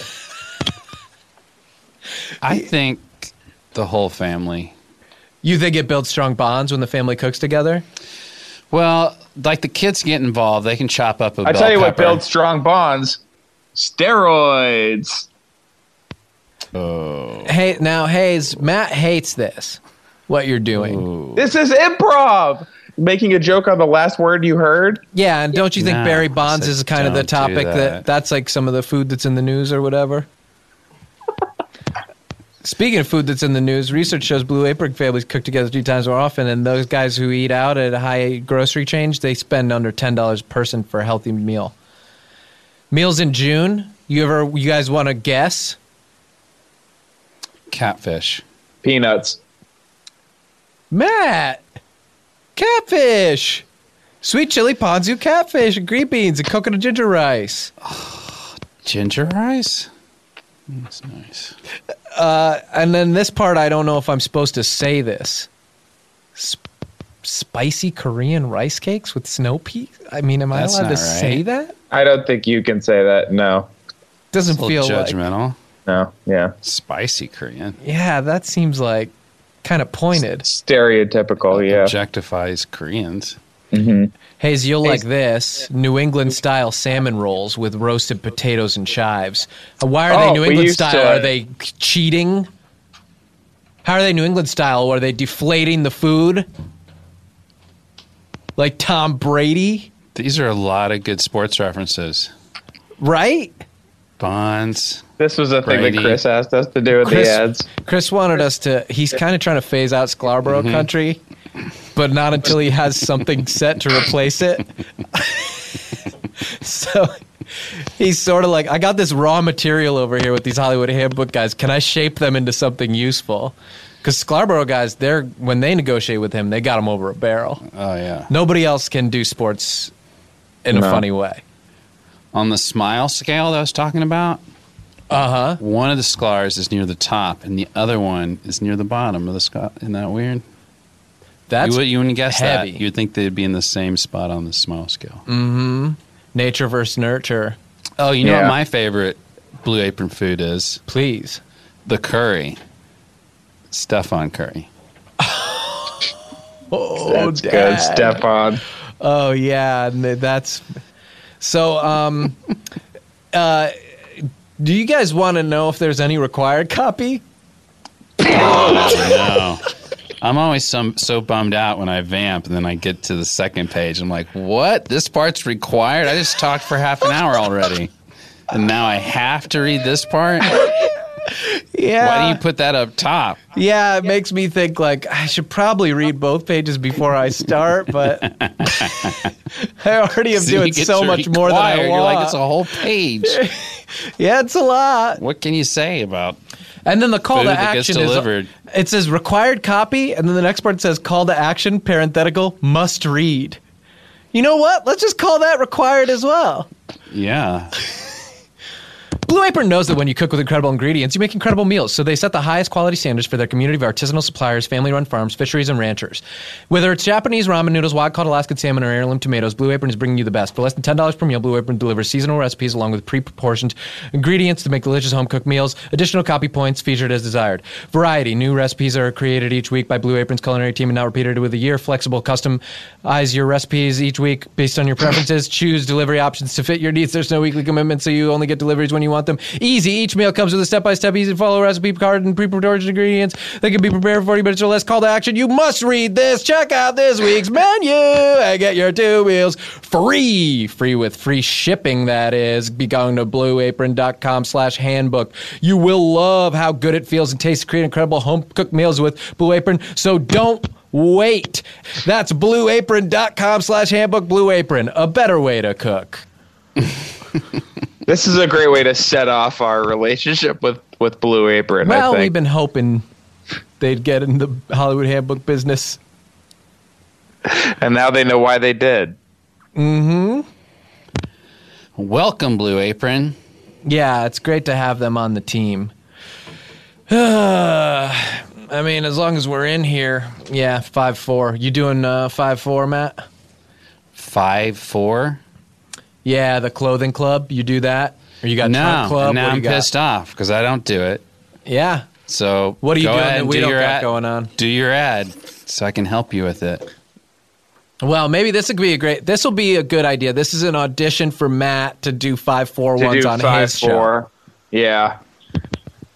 I think the whole family. You think it builds strong bonds when the family cooks together? Well, like the kids get involved, they can chop up a I bell tell you what pepper. builds strong bonds: steroids. Hey, now, Hayes, Matt hates this. What you're doing? This is improv. Making a joke on the last word you heard. Yeah, and don't you think No, I Barry Bonds said is kind of the don't do topic that. that. that's like some of the food that's in the news or whatever? Speaking of food that's in the news, research shows blue apron families cook together three times more often, and those guys who eat out at a high grocery change they spend under ten dollars person for a healthy meal. Meals in June. You ever? You guys want to guess? Catfish. Peanuts. Matt, catfish, sweet chili ponzu catfish, and green beans, and coconut ginger rice. Ginger rice? That's nice. and then this part I don't know if I'm supposed to say this. Sp- spicy Korean rice cakes with snow peas. I mean, am I That's allowed to not say right. that? I don't think you can say that. No. Doesn't A feel little like. judgmental. No. Yeah. Spicy Korean. Yeah, that seems like kind of pointed. Stereotypical. Oh, Yeah. Objectifies Koreans. Hayes, you'll like this New England style salmon rolls with roasted potatoes and chives. Uh, Why are Oh, they New we England used style? to- Are they cheating? How are they New England style? Are they deflating the food? Like Tom Brady, These are a lot of good sports references. right? Bonds. This was a thing Brady. that Chris asked us to do at Chris- the ads. Chris wanted us to. He's kind of trying to phase out Scarborough Mm-hmm. country, but not until he has something set to replace it. so he's sort of like, I got this raw material over here with these Hollywood Handbook guys. Can I shape them into something useful? Because Scarborough guys, they're when they negotiate with him, they got him over a barrel. Oh, yeah. Nobody else can do sports in a No. funny way. On the smile scale that I was talking about, Uh huh. one of the scars is near the top and the other one is near the bottom of the scar. Isn't that weird? That's you, would- you wouldn't guess heavy. that. You'd think they'd be in the same spot on the smile scale. nature versus nurture. Oh, you know Yeah. what my favorite Blue Apron food is? Please. The curry. Stuff on curry. Oh, That's good, Stefan. Oh yeah, and th- that's so. Um, uh, do you guys want to know if there's any required copy? No. I'm always some, so bummed out when I vamp and then I get to the second page. I'm like, what? This part's required? I just talked for half an hour already. And now I have to read this part? Yeah, Why do you put that up top? yeah, it makes me think like I should probably read both pages before I start, but I already am See, doing it gets so much more than I required. want. You're like, it's a whole page. yeah, it's a lot. what can you say about And then the call Food to that gets action is delivered. it says required copy, and then the next part says call to action parenthetical must read. You know what? Let's just call that required as well. Yeah. Blue Apron knows that when you cook with incredible ingredients, you make incredible meals. So they set the highest quality standards for their community of artisanal suppliers, family-run farms, fisheries, and ranchers. Whether it's Japanese ramen noodles, wild-caught Alaskan salmon, or heirloom tomatoes, Blue Apron is bringing you the best. For less than ten dollars per meal, Blue Apron delivers seasonal recipes along with pre-proportioned ingredients to make delicious home-cooked meals. Additional copy points featured as desired. Variety: new recipes are created each week by Blue Apron's culinary team and now repeated with a year. Flexible, customize your recipes each week based on your preferences. Choose delivery options to fit your needs. There's no weekly commitment, so you only get deliveries when you want them. Easy. Each meal comes with a step-by-step, easy-to-follow recipe card and pre-prepared ingredients that can be prepared for 40 minutes or less. Call to action. You must read this. Check out this week's menu and get your two meals free. Free with free shipping, that is. Be going to blueapron.com slash handbook. You will love how good it feels and tastes to create incredible home-cooked meals with Blue Apron. So don't wait. That's blueapron.com slash handbook. Blue Apron, a better way to cook. This is a great way to set off our relationship with with Blue Apron. Well, I think. we've been hoping they'd get in the Hollywood handbook business. and now they know why they did. Welcome, Blue Apron. Yeah, it's great to have them on the team. I mean, as long as we're in here, yeah, five four. You doing uh, five four, Matt? Five four. Yeah, the clothing club. You do that, or you got no, trunk club? now what do I'm you got? pissed off because I don't do it. Yeah, So What are you go doing ahead that and we do don't your got ad, going on? Do your ad so I can help you with it. Well, maybe this would be a great. This will be a good idea. This is an audition for Matt to do five four to ones do on five his show. four. Yeah,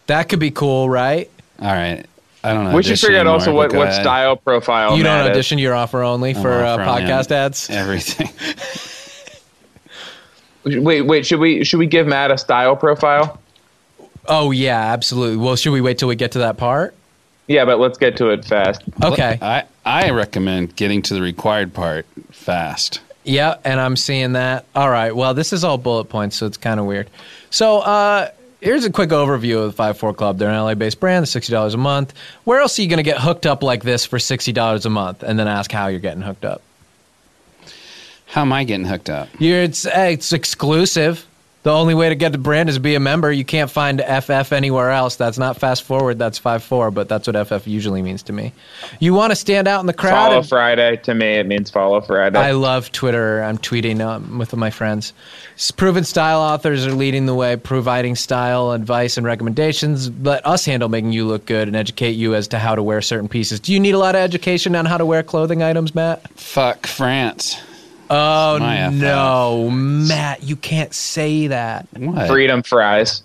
That could be cool, right? All right. I don't know. we should figure out also what, what style profile. you Matt don't is. audition. You're offer only for uh, podcast ads. Everything. Wait, wait. Should we should we give Matt a style profile? Oh yeah, absolutely. Well, should we wait till we get to that part? Yeah, but let's get to it fast. Okay. I, I recommend getting to the required part fast. Yeah, and I'm seeing that. All right. Well, this is all bullet points, so it's kind of weird. So uh, here's a quick overview of the Five Four Club. They're an LA-based brand. They're sixty dollars a month. Where else are you going to get hooked up like this for sixty dollars a month, and then ask how you're getting hooked up? How am I getting hooked up? You're, it's eh, it's exclusive. The only way to get the brand is to be a member. You can't find FF anywhere else. That's not fast forward. That's five four, but that's what FF usually means to me. You want to stand out in the crowd. Follow and- Friday to me it means follow Friday. I love Twitter. I'm tweeting um, with my friends. S- Proven style authors are leading the way, providing style advice and recommendations. Let us handle making you look good and educate you as to how to wear certain pieces. Do you need a lot of education on how to wear clothing items, Matt? Fuck France. Oh My no, Matt, you can't say that. What? Freedom fries.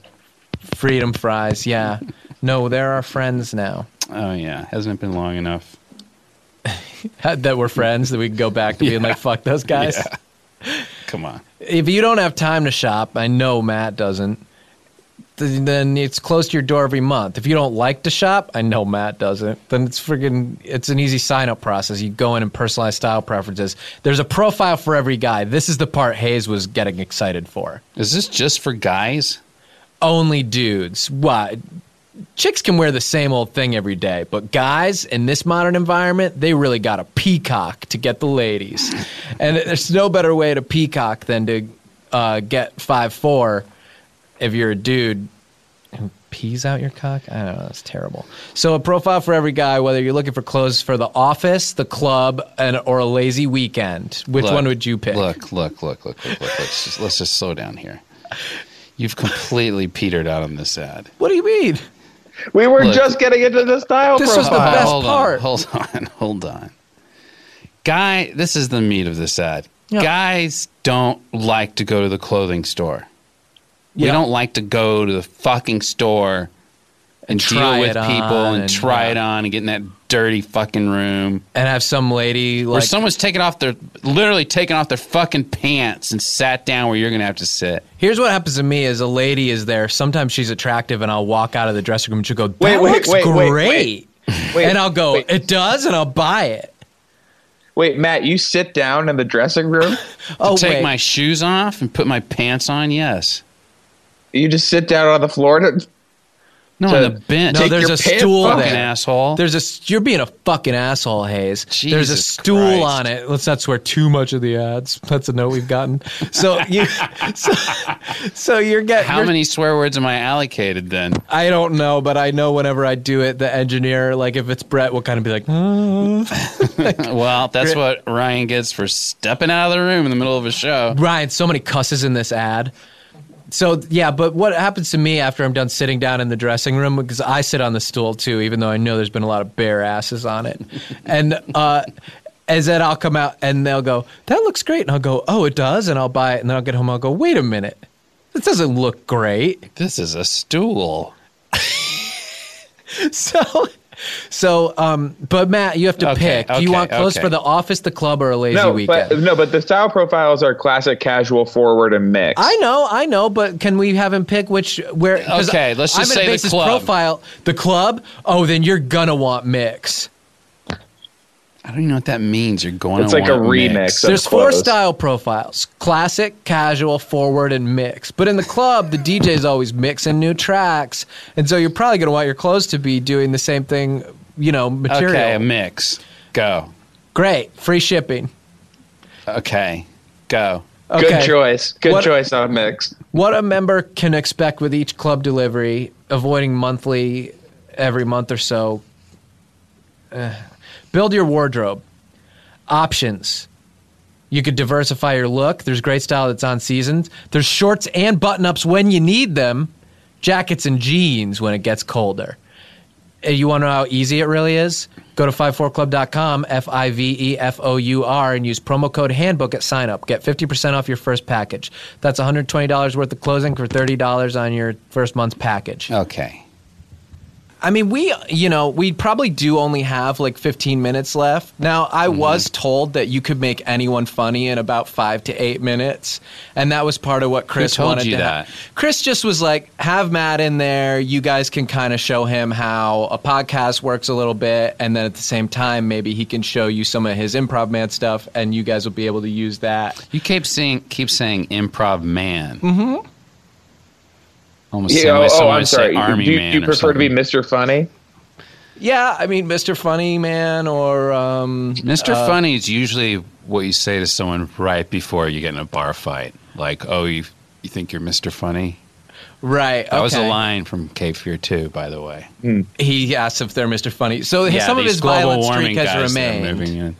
Freedom fries, yeah. No, they're our friends now. Oh yeah, hasn't it been long enough. That we're friends, that we can go back to being like, fuck those guys. Come on. if you don't have time to shop, I know Matt doesn't. th- Then it's close to your door every month. If you don't like to shop, I know Matt doesn't. Then it's friggin' it's an easy sign up process. You go in and personalize style preferences. There's a profile for every guy. This is the part Hayes was getting excited for. Is this just for guys? Only dudes. Why? Chicks can wear the same old thing every day, but guys in this modern environment, they really got a peacock to get the ladies. and there's no better way to peacock than to uh, get five four if you're a dude who pees out your cock. I don't know. That's terrible. So a profile for every guy, whether you're looking for clothes for the office, the club, and or a lazy weekend. Which Look, one would you pick? Look, look, look, look, look, look. Let's just, let's just slow down here. You've completely petered out on this ad. What do you mean? We were Look. just getting into the style This was the profile. best hold part. On, hold on, hold on. Guy, this is the meat of this ad. Yeah. Guys don't like to go to the clothing store. We Yeah. don't like to go to the fucking store and, try deal with it people on and, and- try yeah. it on and get in that dirty fucking room. And have some lady where like someone's taking off their literally taking off their fucking pants and sat down where you're gonna have to sit. Here's what happens to me is a lady is there. Sometimes she's attractive, and I'll walk out of the dressing room and she'll go, "That Wait, wait, looks wait, wait, great," wait, and I'll go, wait. "It does," and I'll buy it. Wait, Matt, you sit down in the dressing room. Oh Take wait, my shoes off and put my pants on. Yes. you just sit down on the floor. To, No, So- on the bench. no, take there's your a pants stool off. fucking there. asshole. There's a s- you're being a fucking asshole, Hayes. There's a Jesus stool Christ. on it. Let's not swear too much of the ads. That's a note we've gotten. So you, so, so you're getting How many swear words am I allocated then? I don't know, but I know whenever I do it, the engineer, like if it's Brett, will kind of be like, "Uh." Well, that's what Ryan gets for stepping out of the room in the middle of a show. Ryan, so many cusses in this ad. So yeah, but what happens to me after I'm done sitting down in the dressing room because I sit on the stool too, even though I know there's been a lot of bare asses on it, and uh, is that I'll come out and they'll go, "That looks great," and I'll go, "Oh, it does," and I'll buy it, and then I'll get home, I'll go, "Wait a minute, this doesn't look great." This is a stool. So, so, um, but Matt, you have to Okay, pick. Do you okay, want clothes okay. for the office, the club, or a lazy no, weekend? but no, but the style profiles are classic, casual, forward, and mix. I know, I know, but can we have him pick which where? 'cause Okay, let's just I'm gonna say the base his club. profile. The club. Oh, then you're gonna want mix. I don't even know what that means. You're going. It's to like a want remix mixed. of- There's four clothes. style profiles: classic, casual, forward, and mix. But in the club, the DJ is always mixing new tracks, and so you're probably gonna want your clothes to be doing the same thing. You know, material. Okay, a mix. Go. Great, free shipping. Okay, go. Okay. Good choice. Good What- choice on a mix. What a member can expect with each club delivery, avoiding monthly, every month or so. Eh. Build your wardrobe. Options. You could diversify your look. There's great style that's on seasons. There's shorts and button ups when you need them, jackets and jeans when it gets colder. uh, you want to know how easy it really is? Go to 54club.com, F I V E F O U R, and use promo code handbook at sign up. Get 50% off your first package. That's $120 worth of closing for $30 on your first month's package. Okay. I mean, we, you know, we probably do only have like 15 minutes left. Now, Mm-hmm. I was told that you could make anyone funny in about five to eight minutes. And that was part of what Chris told wanted you to that? ha- Chris just was like, have Matt in there. You guys can kind of show him how a podcast works a little bit. And then at the same time, maybe he can show you some of his improv man stuff and you guys will be able to use that. You keep saying keep saying improv man. Mm-hmm. Almost You same know, way oh, someone I'm would say sorry. army do you, man. do you or prefer to be something. Mr. Funny? Yeah, I mean, Mr. Funny Man or. Um, Mr. Funny is usually what you say to someone right before you get in a bar fight. Like, oh, you you think you're Mr. Funny? right. That was a okay. line from Cape Fear 2, by the way. he asks if they're Mr. Funny. So his- some of these his global violent warming streak has guys that are moving remained. in.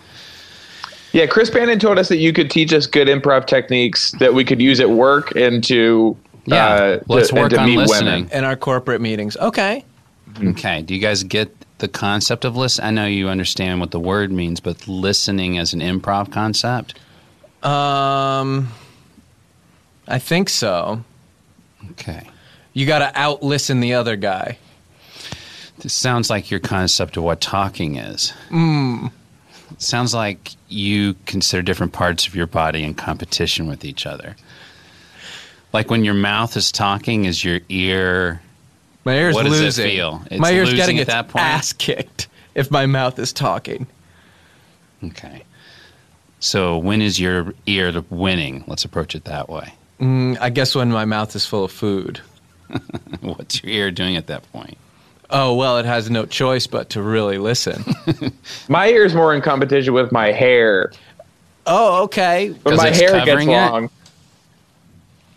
Yeah, Chris Bannon told us that you could teach us good improv techniques that we could use at work and to Yeah, uh, let's to, work and to on meet listening. women. In our corporate meetings. Okay. Mm-hmm. Okay. Do you guys get the concept of listen? I know you understand what the word means, but listening as an improv concept? Um, I think so. Okay. You got to out listen the other guy. This sounds like your concept of what talking is. Sounds like you consider different parts of your body in competition with each other. Like when your mouth is talking, is your ear. My ear's What does it losing. feel? It's my ear's losing getting at its that point? ass kicked if my mouth is talking. Okay. So when is your ear winning? Let's approach it that way. Mm, I guess when my mouth is full of food. What's your ear doing at that point? Oh, well, it has no choice but to really listen. My ear's more in competition with my hair. oh, okay. When 'Cause my it's hair gets covering it? long,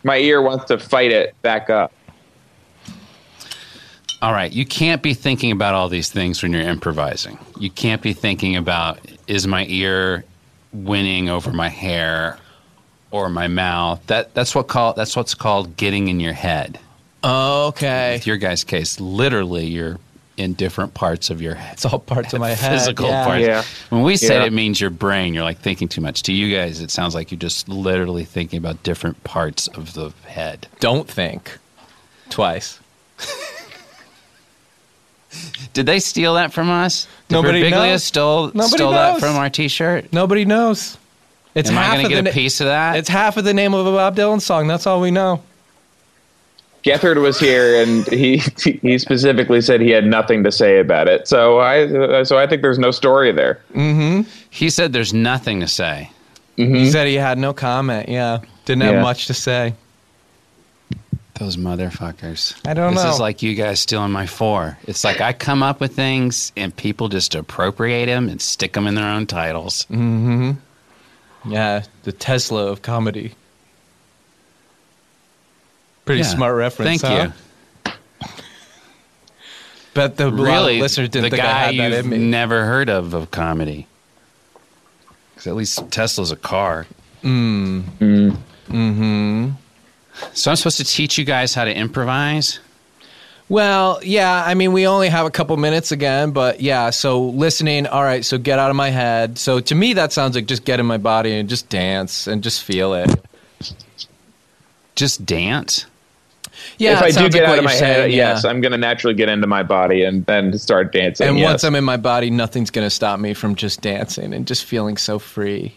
my ear wants to fight it back up. All right, you can't be thinking about all these things when you're improvising. You can't be thinking about is my ear winning over my hair or my mouth. That that's what call that's what's called getting in your head. Okay. With your guy's case, literally you're in different parts of your head. It's all parts of my head. Physical yeah. parts. Yeah. When we say Yeah. it means your brain, you're like thinking too much. To you guys, it sounds like you're just literally thinking about different parts of the head. Don't think twice. Did they steal that from us? Did Nobody Birbiglia knows. stole Nobody stole that knows. from our T-shirt. Nobody knows. It's Am I half going to of get the a na- piece of that? It's half of the name of a Bob Dylan song. That's all we know. Gethard was here, and he he specifically said he had nothing to say about it. So I so I think there's no story there. he said there's nothing to say. Mm-hmm. He said he had no comment. Yeah, didn't Yeah. have much to say. Those motherfuckers. I don't This know. is like you guys stealing my four. It's like I come up with things and people just appropriate them and stick them in their own titles. Yeah, the Tesla of comedy. Pretty Yeah. smart reference. Thank huh? you. But the really, lot of really, listeners didn't the think guy I had that you've in me. never heard of of comedy. 'Cause at least Tesla's a car. Hmm. Mm. Mm-hmm. So I'm supposed to teach you guys how to improvise. Well, yeah, I mean, we only have a couple minutes again, but yeah, so listening, all right, so get out of my head. So to me, that sounds like just get in my body and just dance and just feel it. Just dance. Yeah, it if I do sounds get like what out of you're my head, saying, yes, yeah. I'm going to naturally get into my body and then start dancing. And yes. once I'm in my body, nothing's going to stop me from just dancing and just feeling so free.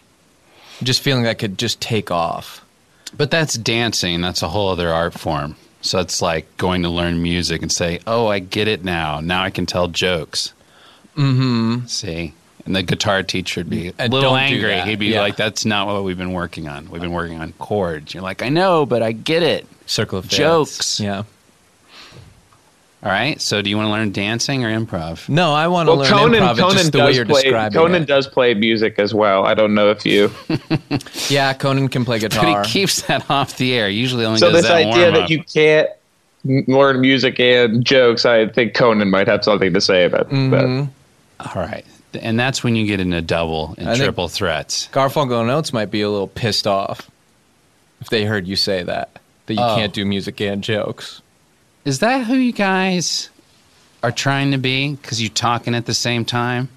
Just feeling I could just take off. But that's dancing. That's a whole other art form. So it's like going to learn music and say, "Oh, I get it now. Now I can tell jokes." Mm-hmm. See, and the guitar teacher'd be a And little don't do angry. that. He'd be Yeah. like, "That's not what we've been working on. We've been working on chords." You're like, "I know, but I get it." Circle of dance. Jokes. Yeah. All right. So, do you want to learn dancing or improv? No, I want to well, learn Conan improv. it's Conan just the way does you're play describing Conan it. does play music as well. I don't know if you. yeah, Conan can play guitar. But he keeps that off the air. He Usually, only so does this that idea warm-up. that you can't m- learn music and jokes, I think Conan might have something to say about Mm-hmm. that. All right. And that's when you get into double and I think- triple threats. Garfunkel and Oates might be a little pissed off if they heard you say that, that you Oh. can't do music and jokes. Is that who you guys are trying to be because you're talking at the same time?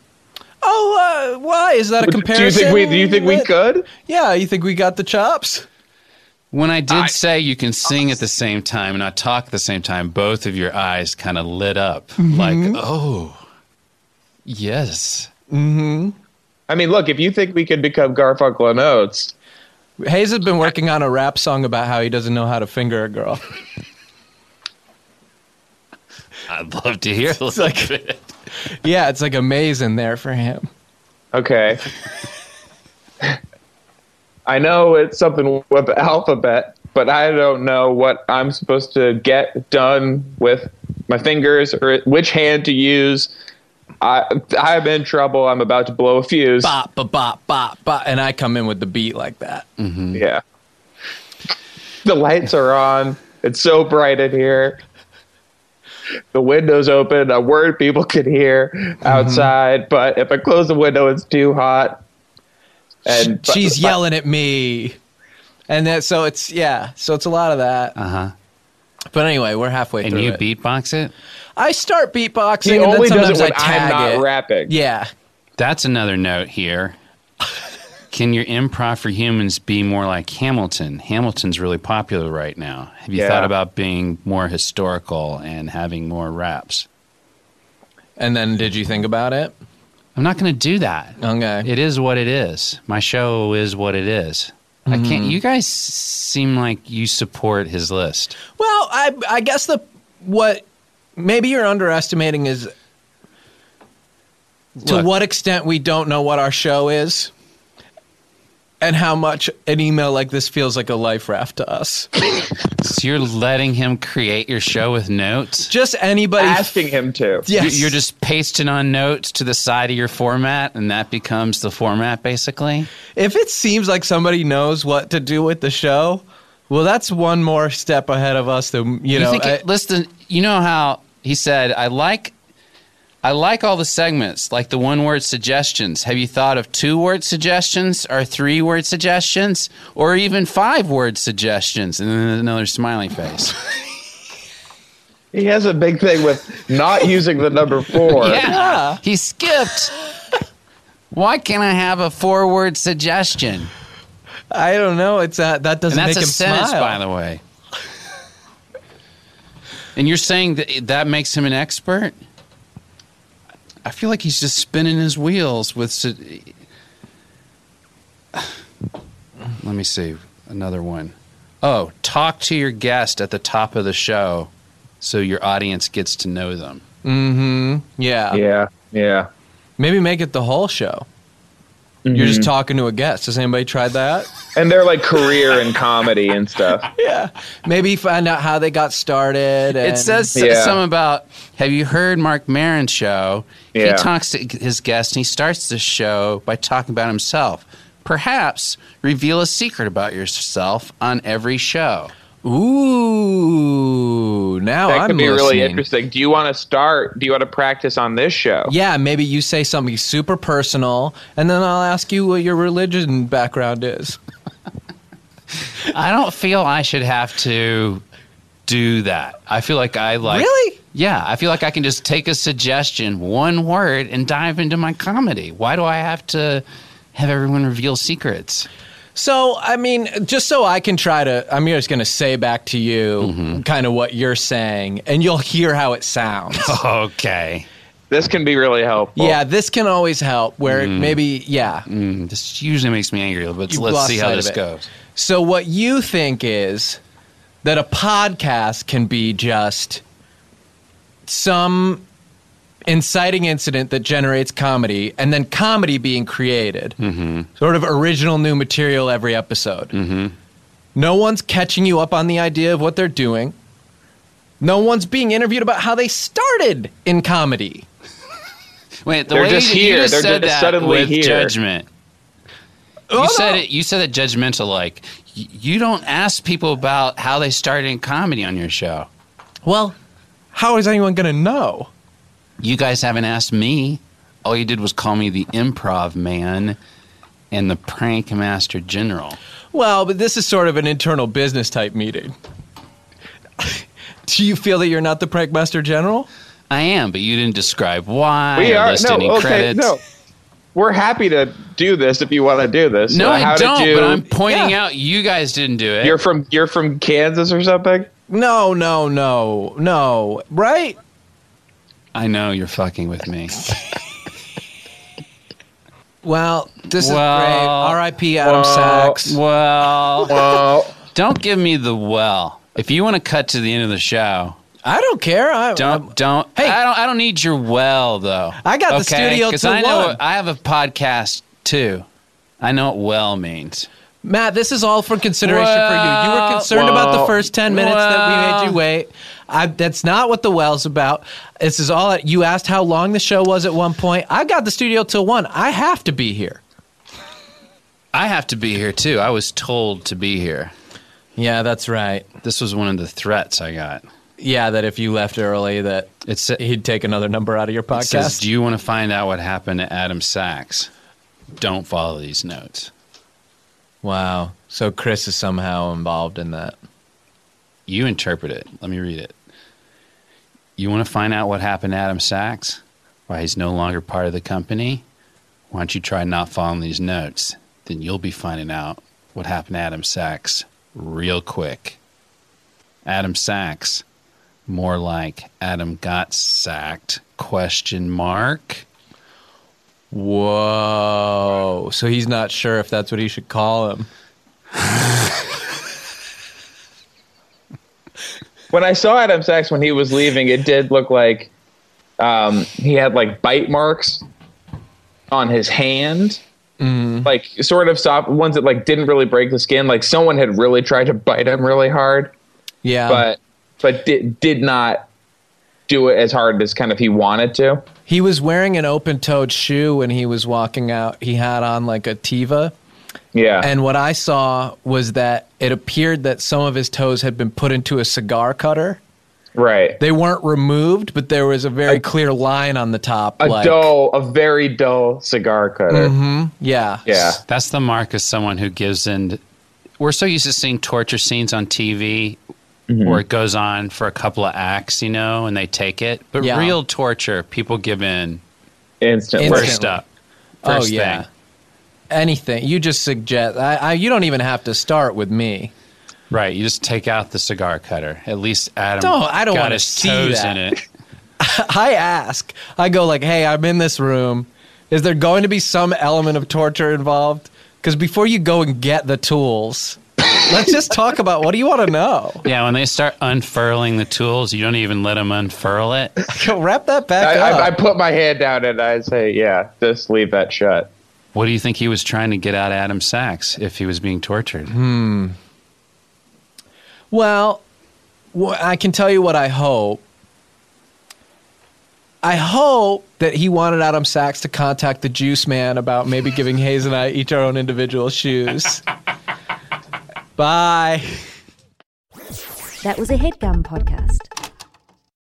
Oh, uh, why is that Do a you comparison? think we? Do you think we that- could? Yeah, you think we got the chops? When I did I- say you can sing at the same time and not talk at the same time, both of your eyes kind of lit up like, oh, yes. I mean, look, if you think we could become Garfunkel and Oates, Hayes has been working on a rap song about how he doesn't know how to finger a girl. I'd love to hear a little like- bit. yeah, it's like a maze in there for him. okay. I know it's something with the alphabet, but I don't know what I'm supposed to get done with my fingers or which hand to use. I I'm in trouble. I'm about to blow a fuse. Bop, ba, bop, bop, bop. And I come in with the beat like that. Yeah. The lights are on. It's so bright in here. The window's open. A word people can hear Mm-hmm. outside, but if I close the window, it's too hot. And but- She's but- yelling at me. And that, so it's, yeah, so it's a lot of that. Uh huh. But anyway, we're halfway And through. you it. beatbox it? I start beatboxing. He and then only does sometimes it when I tag I'm not it. rapping. Yeah. That's another note here. Can your improv for humans be more like Hamilton? Hamilton's really popular right now. Have you Yeah. thought about being more historical and having more raps? And then did you think about it? I'm not going to do that. Okay. It is what it is. My show is what it is. I can't. You guys seem like you support his list. Well, I I guess the what maybe you're underestimating is to Look. what extent we don't know what our show is and how much an email like this feels like a life raft to us. So you're letting him create your show with notes. Just anybody Asking him to. Yes. You- You're just pasting on notes to the side of your format, and that becomes the format basically. if it seems like somebody knows what to do with the show, well that's one more step ahead of us than you, You know think I- it, listen, you know how he said, I like I like all the segments, like the one word suggestions. Have you thought of two word suggestions or three word suggestions or even five word suggestions? And then another smiling face. He has a big thing with not using the number four. Yeah. He skipped. Why can't I have a four word suggestion? I don't know. It's that that doesn't And that's make a him sentence, smile. by the way. and you're saying that that makes him an expert? I feel like he's just spinning his wheels with. su- Let me see another one. Oh, talk to your guest at the top of the show, so your audience gets to know them. yeah. Yeah. Yeah. Maybe make it the whole show. You're just Mm-hmm. talking to a guest. Has anybody tried that? And they're like career and comedy and stuff. yeah. Maybe find out how they got started. And It says s- Yeah. something about have you heard Mark Maron's show? He Yeah. talks to his guest and he starts the show by talking about himself. Perhaps reveal a secret about yourself on every show. "Ooh, now that I'm could be really listening." interesting. Do you want to start? Do you want to practice on this show? Yeah, maybe you say something super personal, and then I'll ask you what your religion background is. I don't feel I should have to do that. I feel like I like Really? Yeah, I feel like I can just take a suggestion, one word, and dive into my comedy. Why do I have to have everyone reveal secrets? So, I mean, just so I can try to, I'm just going to say back to you Mm-hmm. kind of what you're saying, and you'll hear how it sounds. Oh. Okay. This can be really helpful. yeah, this can always help where it maybe, yeah. Mm, This usually makes me angry, but You've let's lost see how sight of this it. goes. So what you think is that a podcast can be just some inciting incident that generates comedy and then comedy being created. Sort of original new material every episode. No one's catching you up on the idea of what they're doing. No one's being interviewed about how they started in comedy. Wait, the They're way just you- here. you just They're said just that suddenly with here. judgment. You Oh, said no. it. You said that judgmental. Like y- you don't ask people about how they started in comedy on your show. Well, how is anyone going to know? You guys haven't asked me. All you did was call me the improv man and the prank master general. Well, but this is sort of an internal business type meeting. Do you feel that you're not the prank master general? I am, but you didn't describe why. We or are list no any okay credits. no. We're happy to do this if you want to do this. No, Uh, I how did don't. you- But I'm pointing out you guys didn't do it. You're from you're from Kansas or something. No, no, no, no. Right? I know you're fucking with me. Well, this Well- is great. R.I.P. Adam Sachs. well, Well, don't give me the well. If you want to cut to the end of the show, I don't care. I, uh, don't don't. Hey. I don't. I don't need your well though. I got the studio because to I know one. I have a podcast too. I know what well means. Matt, this is all for consideration for you. You were Well- concerned about the Well- first 10 minutes that we made Well- you wait. I, that's not what the well's about. This is all you asked how long the show was at one point. I got the studio till 1. I have to be here. I have to be here too. I was told to be here. Yeah, that's right. This was one of the threats I got. Yeah, that if you left early that It, sa- it he'd take another number out of your podcast. says, "Do you want to find out what happened to Adam Sachs? Don't follow these notes. wow. So Chris is somehow involved in that. You interpret it. Let me read it. You want to find out what happened to Adam Sachs? Why he's no longer part of the company? Why don't you try not following these notes? Then you'll be finding out what happened to Adam Sachs real quick. Adam Sachs, more like Adam got sacked? Question mark. Whoa. So he's not sure if that's what he should call him. when I saw Adam Sachs when he was leaving, it did look like um, he had like bite marks on his hand, Mm-hmm. like sort of soft ones that like didn't really break the skin. Like someone had really tried to bite him really hard, Yeah. but but did did not do it as hard as kind of he wanted to. He was wearing an open toed shoe when he was walking out. He had on like a Tiva. Yeah, And what I saw was that it appeared that some of his toes had been put into a cigar cutter. right. They weren't removed, but there was a very clear line on the top. A like, Mm-hmm. dull, a very dull cigar cutter. Yeah. Yeah. That's the mark of someone who gives in. We're so used to seeing torture scenes on TV Mm-hmm. where it goes on for a couple of acts, you know, and they take it. But Yeah. real torture, people give in Instantly. Instant. first up. Oh, First yeah. thing. Anything. You just suggest. I, I, you don't even have to start with me. Right. You just take out the cigar cutter. At least Adam No, I don't got wanna his see toes that. in it. I ask. I go like, "Hey, I'm in this room. Is there going to be some element of torture involved? Because before you go and get the tools, let's just talk about what do you want to know. Yeah, when they start unfurling the tools, you don't even let them unfurl it. Go wrap that back I, up. I, I put my hand down and I say, "Yeah, just leave that shut." What do you think he was trying to get out of Adam Sachs if he was being tortured? well, wh- I can tell you what I hope. I hope that he wanted Adam Sachs to contact the Juice Man about maybe giving Hayes and I each our own individual shoes. Bye. That was a headgum podcast.